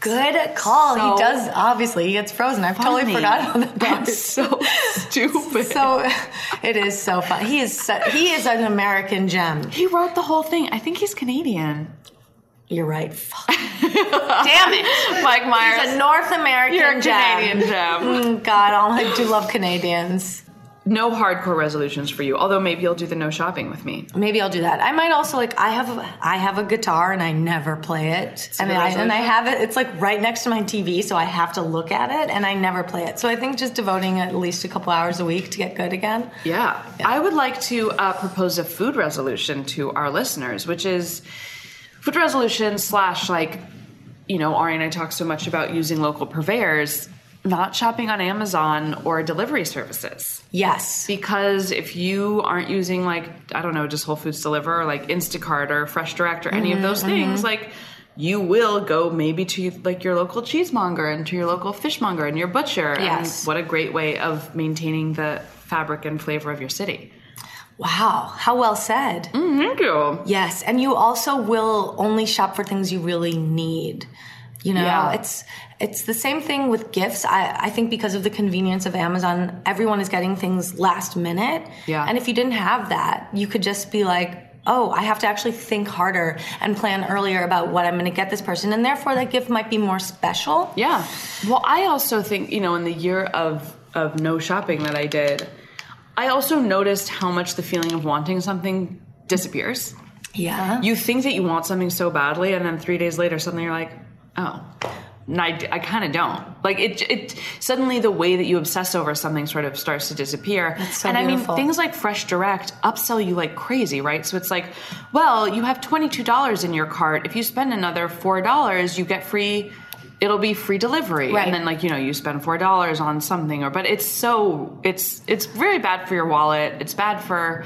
[SPEAKER 3] Good call.
[SPEAKER 2] So-
[SPEAKER 3] he does obviously. He gets frozen. I've totally
[SPEAKER 2] Funny.
[SPEAKER 3] forgot about that.
[SPEAKER 2] That's (laughs) so (laughs) stupid.
[SPEAKER 3] so it is so fun. He is so, he is an American gem.
[SPEAKER 2] he wrote the whole thing. I think he's Canadian.
[SPEAKER 3] You're
[SPEAKER 2] (laughs)
[SPEAKER 3] right. Fuck. Damn it.
[SPEAKER 2] Mike Myers.
[SPEAKER 3] He's a North American
[SPEAKER 2] you're a
[SPEAKER 3] gem.
[SPEAKER 2] Canadian gem.
[SPEAKER 3] Mm, God, all I do love Canadians.
[SPEAKER 2] no hardcore resolutions for you, although maybe you'll do the no shopping with me.
[SPEAKER 3] Maybe I'll do that. I might also like I have a, I have a guitar and I never play it.
[SPEAKER 2] a
[SPEAKER 3] And
[SPEAKER 2] good
[SPEAKER 3] I, and I
[SPEAKER 2] resolution.
[SPEAKER 3] have it it's like right next to my TV so I have to look at it and I never play it. So I think just devoting at least a couple hours a week to get good again.
[SPEAKER 2] Yeah. I would like to uh, propose a food resolution to our listeners, which is food resolution slash like, you know, Ari and I talk so much about using local purveyors, not shopping on Amazon or delivery services.
[SPEAKER 3] Yes.
[SPEAKER 2] Because if you aren't using like, I don't know, just Whole Foods Deliver or like Instacart or Fresh Direct or any of those things, like you will go maybe to like your local cheesemonger and to your local fishmonger and your butcher.
[SPEAKER 3] Yes.
[SPEAKER 2] And what a great way of maintaining the fabric and flavor of your city.
[SPEAKER 3] Wow, how well said.
[SPEAKER 2] Mm, Thank you.
[SPEAKER 3] Yes, and you also will only shop for things you really need. You know,
[SPEAKER 2] Yeah.
[SPEAKER 3] it's it's the same thing with gifts. I, I think because of the convenience of Amazon, everyone is getting things last minute.
[SPEAKER 2] Yeah.
[SPEAKER 3] And if you didn't have that, you could just be like, oh, I have to actually think harder and plan earlier about what I'm going to get this person, and therefore that gift might be more special.
[SPEAKER 2] Yeah. Well, I also think, you know, in the year of of no shopping that I did, I also noticed how much the feeling of wanting something disappears.
[SPEAKER 3] Yeah.
[SPEAKER 2] You think that you want something so badly, and then three days later, suddenly you're like, oh, and I, kind of don't. Like it, it suddenly the way that you obsess over something sort of starts to disappear.
[SPEAKER 3] That's so
[SPEAKER 2] and
[SPEAKER 3] beautiful.
[SPEAKER 2] I mean, things like Fresh Direct upsell you like crazy, right? So it's like, well, you have twenty two dollars in your cart. If you spend another four dollars, you get free. it'll be free delivery
[SPEAKER 3] Right.
[SPEAKER 2] and then like you know you spend four dollars on something or but it's so it's it's very bad for your wallet it's bad for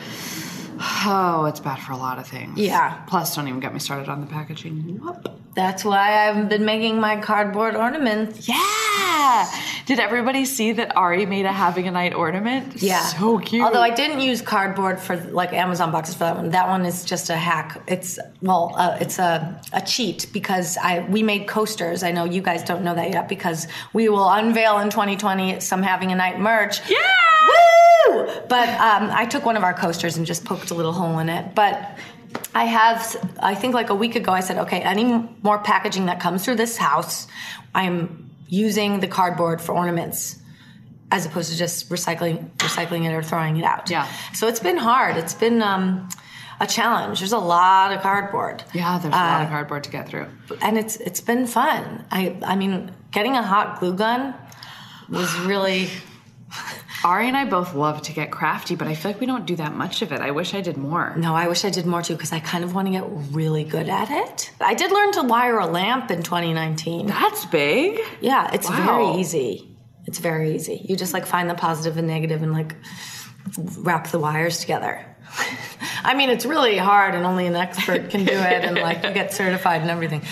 [SPEAKER 2] oh it's bad for a lot of things
[SPEAKER 3] Yeah.
[SPEAKER 2] plus don't even get me started on the packaging Whoop.
[SPEAKER 3] That's why I've been making my cardboard ornaments.
[SPEAKER 2] yeah did everybody see that ari made a having a night ornament
[SPEAKER 3] Yeah.
[SPEAKER 2] so cute
[SPEAKER 3] Although I didn't use cardboard for like Amazon boxes for that one. That one is just a hack. It's well, uh, it's a, a cheat because I we made coasters. I know you guys don't know that yet because we will unveil in 2020 some having a night merch.
[SPEAKER 2] yeah
[SPEAKER 3] Woo! But um, I took one of our coasters and just poked a little hole in it. But I have, I think like a week ago, I said, okay, any more packaging that comes through this house, I'm using the cardboard for ornaments as opposed to just recycling recycling it or throwing it out.
[SPEAKER 2] Yeah.
[SPEAKER 3] So it's been hard. It's been um, a challenge. There's a lot of cardboard.
[SPEAKER 2] yeah there's a lot
[SPEAKER 3] uh,
[SPEAKER 2] of cardboard to get through
[SPEAKER 3] And it's it's been fun. I I mean, getting a hot glue gun was really (sighs)
[SPEAKER 2] Ari and I both love to get crafty, but I feel like we don't do that much of it. I wish I did more.
[SPEAKER 3] No, I wish I did more too because I kind of want to get really good at it. I did learn to wire a lamp in 2019.
[SPEAKER 2] That's big.
[SPEAKER 3] Yeah, it's
[SPEAKER 2] Wow.
[SPEAKER 3] very easy. It's very easy. You just like find the positive and negative and like wrap the wires together. (laughs) I mean, it's really hard and only an expert can do it and like you
[SPEAKER 2] (laughs)
[SPEAKER 3] get certified and everything.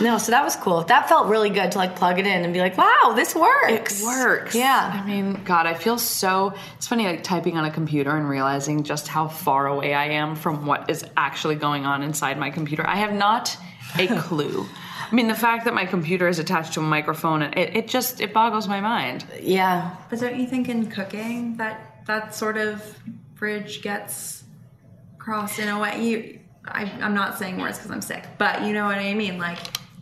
[SPEAKER 3] No, so that was cool. That felt really good to like plug it in and be like, wow, this works.
[SPEAKER 2] Works.
[SPEAKER 3] Yeah.
[SPEAKER 2] I mean, God, I feel so. It's funny, like typing on a computer and realizing just how far away I am from what is actually going on inside my computer. I have not a
[SPEAKER 3] (laughs)
[SPEAKER 2] clue. I mean, the fact that my computer is attached to a microphone, it, it just it boggles my mind.
[SPEAKER 3] Yeah.
[SPEAKER 4] But don't you think in cooking that that sort of bridge gets crossed in a way? You, I, I'm not saying words because I'm sick, but you know what I mean. Like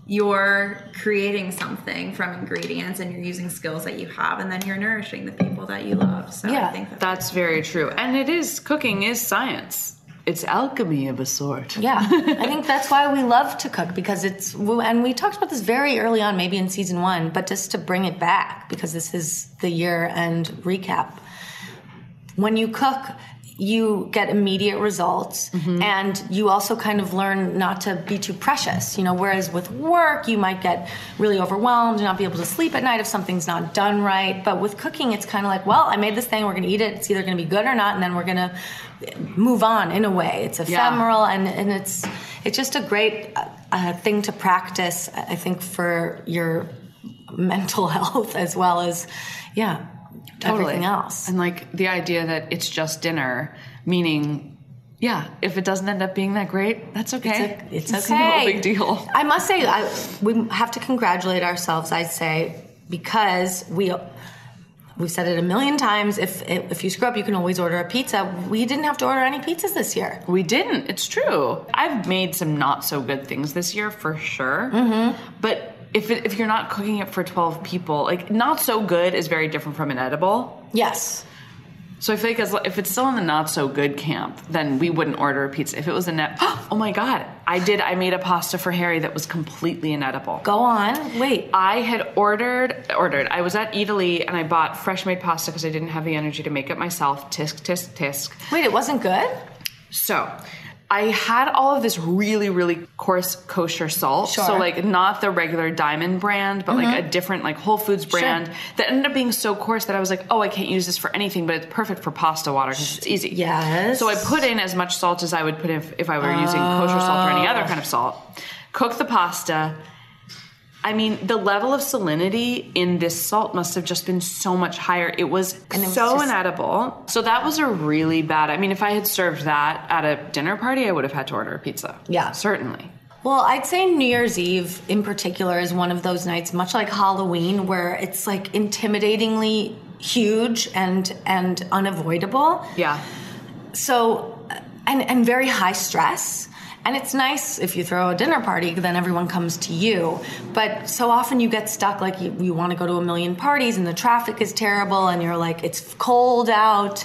[SPEAKER 4] you're creating something from ingredients, and you're using skills that you have, and then you're nourishing the people that you love. So
[SPEAKER 3] Yeah,
[SPEAKER 4] I think that,
[SPEAKER 2] That's very true, and it is cooking is science. It's alchemy of a sort.
[SPEAKER 3] Yeah,
[SPEAKER 2] (laughs)
[SPEAKER 3] I think that's why we love to cook because it's, and we talked about this very early on, maybe in season one, but just to bring it back because this is the year end recap. When you cook, you get immediate results and you also kind of learn not to be too precious, you know, whereas with work, you might get really overwhelmed and not be able to sleep at night if something's not done right. But with cooking, it's kind of like, well, I made this thing, we're going to eat it, it's either going to be good or not, and then we're going to move on in a way. It's
[SPEAKER 2] Yeah.
[SPEAKER 3] ephemeral and and it's it's just a great uh, uh, thing to practice. I think for your mental (laughs) health as well as yeah, everything else.
[SPEAKER 2] And like the idea that it's just dinner, meaning, yeah, if it doesn't end up being that great, that's okay. (laughs)
[SPEAKER 3] It's, o- it's okay.
[SPEAKER 2] no big deal.
[SPEAKER 3] I must say, I, we have to congratulate ourselves. I'd say because we. We've said it a million times. If if you screw up, you can always order a pizza. We didn't have to order any pizzas this year.
[SPEAKER 2] We didn't. It's true. I've made some not so good things this year for sure. But if it, if you're not cooking it for 12 people, like not so good is very different from an edible.
[SPEAKER 3] Yes,
[SPEAKER 2] So I feel like as, if it's still in the not so good camp, then we wouldn't order a pizza. If it was a net, (gasps) oh my god, I did. I made a pasta for Harry that was completely inedible.
[SPEAKER 3] go on. Wait,
[SPEAKER 2] I had ordered ordered. I was at Italy and I bought fresh made pasta because I didn't have the energy to make it myself. Tisk tisk tisk.
[SPEAKER 3] wait, it wasn't good.
[SPEAKER 2] So I had all of this really, really coarse kosher salt. So
[SPEAKER 3] Sure. Mm-hmm.
[SPEAKER 2] like not the regular diamond brand, but like a different like Whole Foods brand that ended up being so coarse that I was like, oh, I can't use this for anything, but it's perfect for pasta water because it's easy.
[SPEAKER 3] Yes.
[SPEAKER 2] So I put in as much salt as I would put in if, if I were using kosher salt or any
[SPEAKER 3] Ah.
[SPEAKER 2] other kind of salt. Cook the pasta. I mean, the level of salinity in this salt must have just been so much higher. It was
[SPEAKER 3] was
[SPEAKER 2] so
[SPEAKER 3] just-
[SPEAKER 2] inedible. So that was a really bad. I mean, if I had served that at a dinner party, I would have had to order a pizza.
[SPEAKER 3] Yeah.
[SPEAKER 2] certainly.
[SPEAKER 3] Well, I'd say New Year's Eve in particular is one of those nights, much like Halloween, where it's like intimidatingly huge and and unavoidable.
[SPEAKER 2] Yeah,
[SPEAKER 3] So uh, and and very high stress. And it's nice if you throw a dinner party, then everyone comes to you. But so often you get stuck, like you, you want to go to a million parties and the traffic is terrible, and you're like, it's cold out.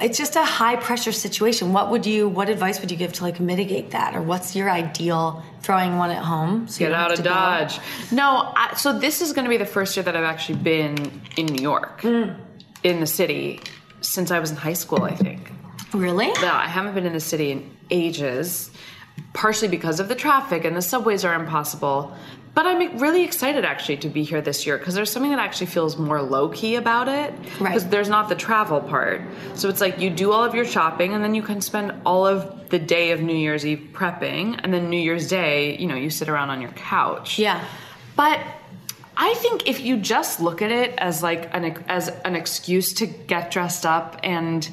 [SPEAKER 3] It's just a high pressure situation. What would you, what advice would you give to like mitigate that? Or what's your ideal throwing one at home? So you
[SPEAKER 2] get
[SPEAKER 3] don't
[SPEAKER 2] out
[SPEAKER 3] have
[SPEAKER 2] of
[SPEAKER 3] to go?
[SPEAKER 2] Dodge. No, I, so this is going to be the first year that I've actually been in New York,
[SPEAKER 3] Mm.
[SPEAKER 2] in the city, since I was in high school. I think.
[SPEAKER 3] Really?
[SPEAKER 2] Yeah, I haven't been in the city in ages, partially because of the traffic and the subways are impossible. But I'm really excited actually to be here this year because there's something that actually feels more low key about it.
[SPEAKER 3] Right.
[SPEAKER 2] Because there's not the travel part. So it's like you do all of your shopping and then you can spend all of the day of New Year's Eve prepping. And then New Year's Day, you know, you sit around on your couch.
[SPEAKER 3] Yeah.
[SPEAKER 2] But I think if you just look at it as like an as an excuse to get dressed up and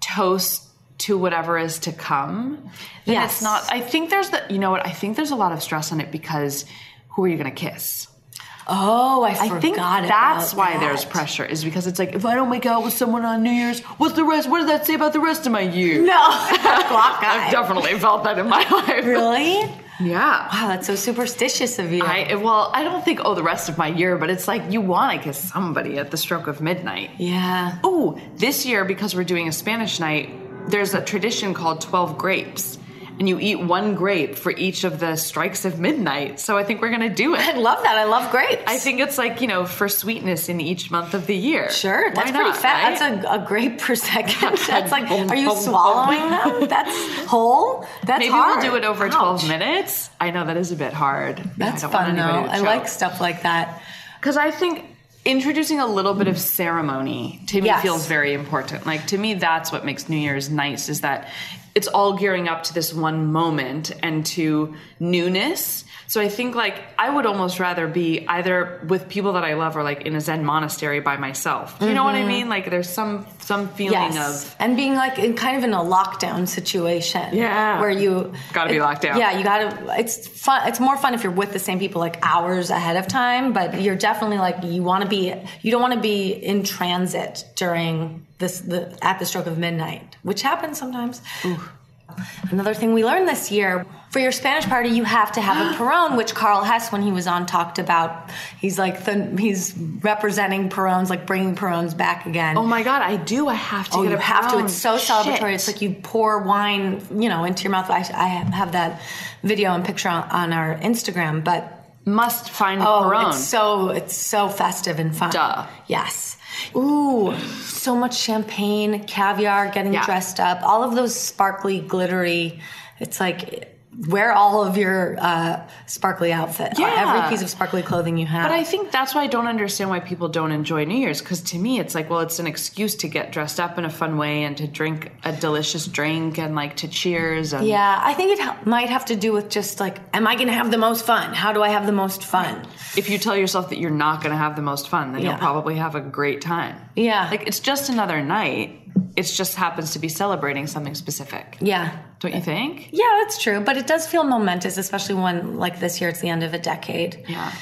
[SPEAKER 2] toast to whatever is to come, then
[SPEAKER 3] Yes.
[SPEAKER 2] it's not. I think there's the you know what I think there's a lot of stress on it because who are you going to kiss?
[SPEAKER 3] Oh, I,
[SPEAKER 2] I
[SPEAKER 3] forgot
[SPEAKER 2] think
[SPEAKER 3] about
[SPEAKER 2] that's why
[SPEAKER 3] that.
[SPEAKER 2] there's pressure is because it's like if I don't make out with someone on New Year's, what's the rest? What does that say about the rest of my year?
[SPEAKER 3] No, (laughs) Glock guy.
[SPEAKER 2] I've definitely felt that in my (laughs) life.
[SPEAKER 3] really?
[SPEAKER 2] Yeah.
[SPEAKER 3] Wow, that's so superstitious of you.
[SPEAKER 2] I well, I don't think oh the rest of my year, but it's like you want to kiss somebody at the stroke of midnight.
[SPEAKER 3] yeah.
[SPEAKER 2] Oh, this year because we're doing a Spanish night, there's a tradition called 12 grapes. And you eat one grape for each of the strikes of midnight. So I think we're going to do
[SPEAKER 3] I
[SPEAKER 2] it.
[SPEAKER 3] love that. I love grapes.
[SPEAKER 2] I think it's like, you know, for sweetness in each month of the year.
[SPEAKER 3] Sure,
[SPEAKER 2] Why
[SPEAKER 3] that's
[SPEAKER 2] not,
[SPEAKER 3] pretty fat.
[SPEAKER 2] right?
[SPEAKER 3] That's a, a grape
[SPEAKER 2] (laughs)
[SPEAKER 3] per second. That's like,
[SPEAKER 2] Boom,
[SPEAKER 3] are you
[SPEAKER 2] boom,
[SPEAKER 3] swallowing
[SPEAKER 2] boom.
[SPEAKER 3] them? That's whole. That's
[SPEAKER 2] Maybe
[SPEAKER 3] hard.
[SPEAKER 2] we'll do it over
[SPEAKER 3] Ouch.
[SPEAKER 2] 12 minutes. I know that is a bit hard.
[SPEAKER 3] That's fun though. I like stuff like that.
[SPEAKER 2] Because I think introducing a little bit of ceremony to me
[SPEAKER 3] Yes.
[SPEAKER 2] feels very important. Like to me, that's what makes New Year's nice is that it's all gearing up to this one moment and to newness. So I think like I would almost rather be either with people that I love or like in a Zen monastery by myself. You know what I mean? Like there's some some feeling
[SPEAKER 3] Mm-hmm. Yes,
[SPEAKER 2] of
[SPEAKER 3] and being like in kind of in a lockdown situation.
[SPEAKER 2] Yeah.
[SPEAKER 3] where you
[SPEAKER 2] Gotta be
[SPEAKER 3] it-
[SPEAKER 2] locked down.
[SPEAKER 3] Yeah, you gotta. It's fun. It's more fun if you're with the same people like hours ahead of time. But you're definitely like you want to be. You don't want to be in transit during this the at the stroke of midnight, which happens sometimes. Another thing we learned this year for your Spanish party, you have
[SPEAKER 2] (gasps)
[SPEAKER 3] to have a Perón, which Carl Hess, when he was on, talked about. He's like the, he's representing Peróns, like bringing Peróns back again.
[SPEAKER 2] Oh my god, I do. I have to
[SPEAKER 3] Oh,
[SPEAKER 2] get
[SPEAKER 3] you
[SPEAKER 2] a
[SPEAKER 3] have to.
[SPEAKER 2] pound.
[SPEAKER 3] It's so celebratory.
[SPEAKER 2] Shit.
[SPEAKER 3] It's like you pour wine, you know, into your mouth. I, I have that video and picture on, on our Instagram, but
[SPEAKER 2] must find a
[SPEAKER 3] oh,
[SPEAKER 2] Perón.
[SPEAKER 3] it's so it's so festive and fun.
[SPEAKER 2] Duh.
[SPEAKER 3] Yes. Ooh, so much champagne, caviar, getting
[SPEAKER 2] Yeah.
[SPEAKER 3] dressed up, all of those sparkly, glittery. It's like wear all of your uh, sparkly outfit,
[SPEAKER 2] Yeah.
[SPEAKER 3] every piece of sparkly clothing you have.
[SPEAKER 2] But I think that's why I don't understand why people don't enjoy New Year's. Because to me, it's like, well, it's an excuse to get dressed up in a fun way and to drink a delicious drink and like to cheers. And
[SPEAKER 3] Yeah, I think it ha- might have to do with just like, am I going to have the most fun? How do I have the most fun?
[SPEAKER 2] if you tell yourself that you're not going to have the most fun, then
[SPEAKER 3] Yeah.
[SPEAKER 2] you'll probably have a great time.
[SPEAKER 3] Yeah.
[SPEAKER 2] Like it's just another night. It just happens to be celebrating something specific.
[SPEAKER 3] Yeah.
[SPEAKER 2] Don't you think?
[SPEAKER 3] Yeah, that's true. But it does feel momentous, especially when, like, this year, it's the end of a decade.
[SPEAKER 2] Yeah.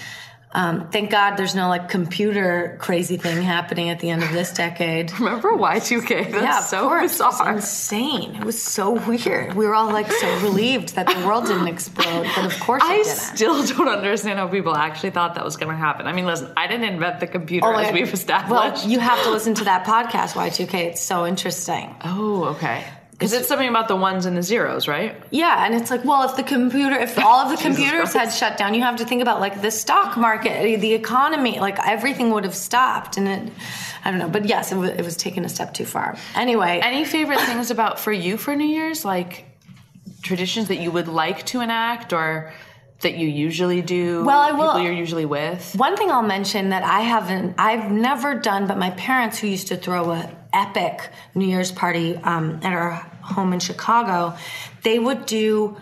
[SPEAKER 3] Um, thank God there's no, like, computer crazy thing happening at the end of this decade.
[SPEAKER 2] Remember Y2K? (laughs) That's
[SPEAKER 3] yeah, of
[SPEAKER 2] so
[SPEAKER 3] course. It was
[SPEAKER 2] bizarre.
[SPEAKER 3] insane. It was so weird. We were all, like, so relieved that the world didn't explode. But of course
[SPEAKER 2] I
[SPEAKER 3] it didn't.
[SPEAKER 2] still don't (laughs) understand how people actually thought that was going to happen. I mean, listen, I didn't invent the computer
[SPEAKER 3] Oh my
[SPEAKER 2] as
[SPEAKER 3] God.
[SPEAKER 2] we've established.
[SPEAKER 3] Well, you have to listen to that podcast, Y2K. It's so interesting.
[SPEAKER 2] Oh, okay. Because it's something about the ones and the zeros, right?
[SPEAKER 3] Yeah, and it's like, well, if the computer, if all of the computers had
[SPEAKER 2] Christ.
[SPEAKER 3] shut down, you have to think about like the stock market, the economy, like everything would have stopped. And it, I don't know, but yes, it was, it was taken a step too far. Anyway,
[SPEAKER 2] Any favorite things about for you for New Year's, like traditions that you would like to enact or that you usually do?
[SPEAKER 3] Well, I will-
[SPEAKER 2] People you're usually with.
[SPEAKER 3] One thing I'll mention that I haven't, I've never done, but my parents who used to throw a epic New Year's party um, at our home in Chicago, they would do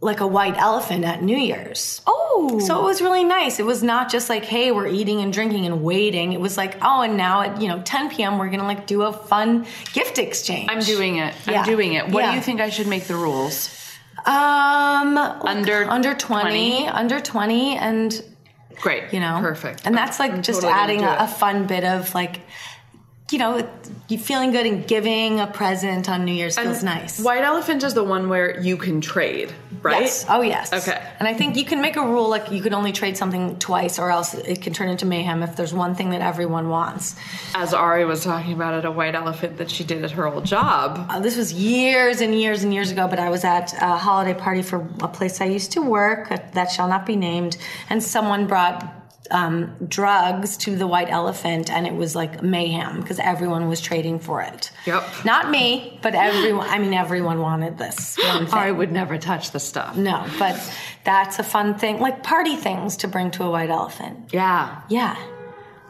[SPEAKER 3] like a white elephant at New Year's.
[SPEAKER 2] Oh.
[SPEAKER 3] So it was really nice. It was not just like, hey, we're eating and drinking and waiting. It was like, oh, and now at you know 10 p.m. we're gonna like do a fun gift exchange.
[SPEAKER 2] I'm doing it.
[SPEAKER 3] Yeah.
[SPEAKER 2] I'm doing it. What
[SPEAKER 3] Yeah.
[SPEAKER 2] do you think I should make the rules?
[SPEAKER 3] um
[SPEAKER 2] Under
[SPEAKER 3] under 20,
[SPEAKER 2] 20?
[SPEAKER 3] under 20, and
[SPEAKER 2] Great.
[SPEAKER 3] you know
[SPEAKER 2] Perfect.
[SPEAKER 3] and that's like just
[SPEAKER 2] totally gonna
[SPEAKER 3] adding
[SPEAKER 2] do
[SPEAKER 3] a,
[SPEAKER 2] it.
[SPEAKER 3] a fun bit of like you know you feeling good and giving a present on new year's feels nice
[SPEAKER 2] White elephant is the one where you can trade, right?
[SPEAKER 3] Yes. Oh, yes.
[SPEAKER 2] Okay.
[SPEAKER 3] And I think you can make a rule like you can only trade something twice, or else it can turn into mayhem if there's one thing that everyone wants.
[SPEAKER 2] As Ari was talking about at a white elephant that she did at her old job.
[SPEAKER 3] Uh, this was years and years and years ago, but I was at a holiday party for a place I used to work that shall not be named, and someone brought um, drugs to the white elephant, and it was like mayhem because everyone was trading for it.
[SPEAKER 2] Yep.
[SPEAKER 3] Not me, but everyone. I mean, everyone wanted this one thing.
[SPEAKER 2] I would never touch the stuff.
[SPEAKER 3] No, but that's a fun thing, like party things to bring to a white elephant.
[SPEAKER 2] Yeah.
[SPEAKER 3] Yeah.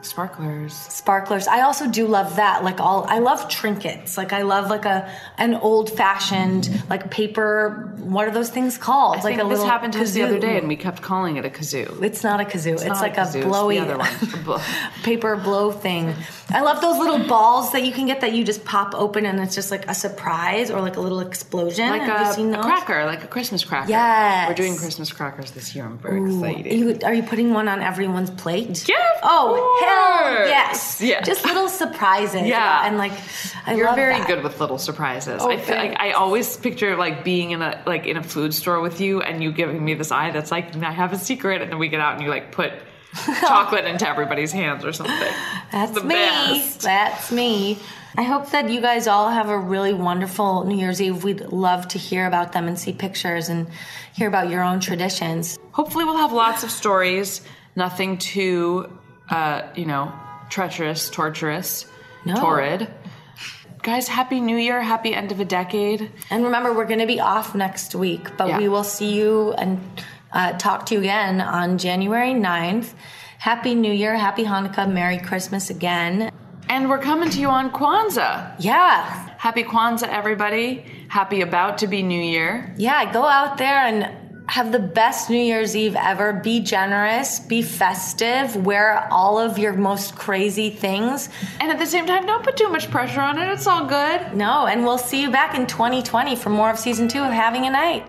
[SPEAKER 2] Sparklers.
[SPEAKER 3] sparklers. I also do love that. Like all, I love trinkets. Like I love like a an old fashioned like paper. What are those things called?
[SPEAKER 2] I
[SPEAKER 3] like
[SPEAKER 2] think
[SPEAKER 3] a
[SPEAKER 2] this
[SPEAKER 3] little
[SPEAKER 2] happened to us the other
[SPEAKER 3] kazoo.
[SPEAKER 2] day, and we kept calling it a kazoo.
[SPEAKER 3] It's not a kazoo. It's,
[SPEAKER 2] not
[SPEAKER 3] like
[SPEAKER 2] kazoo,
[SPEAKER 3] a,
[SPEAKER 2] it's
[SPEAKER 3] blowy
[SPEAKER 2] the other one.
[SPEAKER 3] (laughs) paper blow thing. I love those little balls that you can get that you just pop open and it's just like a surprise or like a little explosion.
[SPEAKER 2] like
[SPEAKER 3] Have you
[SPEAKER 2] a,
[SPEAKER 3] seen
[SPEAKER 2] a
[SPEAKER 3] those?
[SPEAKER 2] cracker, like a Christmas cracker.
[SPEAKER 3] Yes.
[SPEAKER 2] We're doing Christmas crackers this year. I'm very
[SPEAKER 3] Ooh,
[SPEAKER 2] excited.
[SPEAKER 3] You, are you putting one on everyone's plate?
[SPEAKER 2] Yeah, of
[SPEAKER 3] Oh, hell
[SPEAKER 2] course.
[SPEAKER 3] yes.
[SPEAKER 2] Yeah.
[SPEAKER 3] Just little surprises.
[SPEAKER 2] Yeah.
[SPEAKER 3] And like, I
[SPEAKER 2] You're
[SPEAKER 3] love
[SPEAKER 2] very
[SPEAKER 3] that.
[SPEAKER 2] good with little surprises.
[SPEAKER 3] Oh,
[SPEAKER 2] I feel like I always picture like being in a like in a food store with you and you giving me this eye that's like I have a secret and then we get out and you like
[SPEAKER 3] (laughs)
[SPEAKER 2] put chocolate into everybody's hands or something.
[SPEAKER 3] That's
[SPEAKER 2] the
[SPEAKER 3] me.
[SPEAKER 2] best.
[SPEAKER 3] That's me. I hope that you guys all have a really wonderful New Year's Eve. We'd love to hear about them and see pictures and hear about your own traditions.
[SPEAKER 2] Hopefully we'll have lots of stories, nothing too uh, you know, treacherous, torturous,
[SPEAKER 3] No.
[SPEAKER 2] torrid. Guys, happy new year, happy end of a decade.
[SPEAKER 3] And remember, we're going to be off next week, but
[SPEAKER 2] Yeah.
[SPEAKER 3] we will see you and uh, talk to you again on January 9th. Happy New Year, Happy Hanukkah, Merry Christmas again.
[SPEAKER 2] And we're coming to you on Kwanzaa.
[SPEAKER 3] Yeah,
[SPEAKER 2] Happy Kwanzaa, everybody. Happy about to be New Year.
[SPEAKER 3] Yeah, go out there and have the best New Year's Eve ever. Be generous, be festive, wear all of your most crazy things.
[SPEAKER 2] And at the same time, don't put too much pressure on it. It's all good.
[SPEAKER 3] No, and we'll see you back in 2020 for more of season two of Having a Night.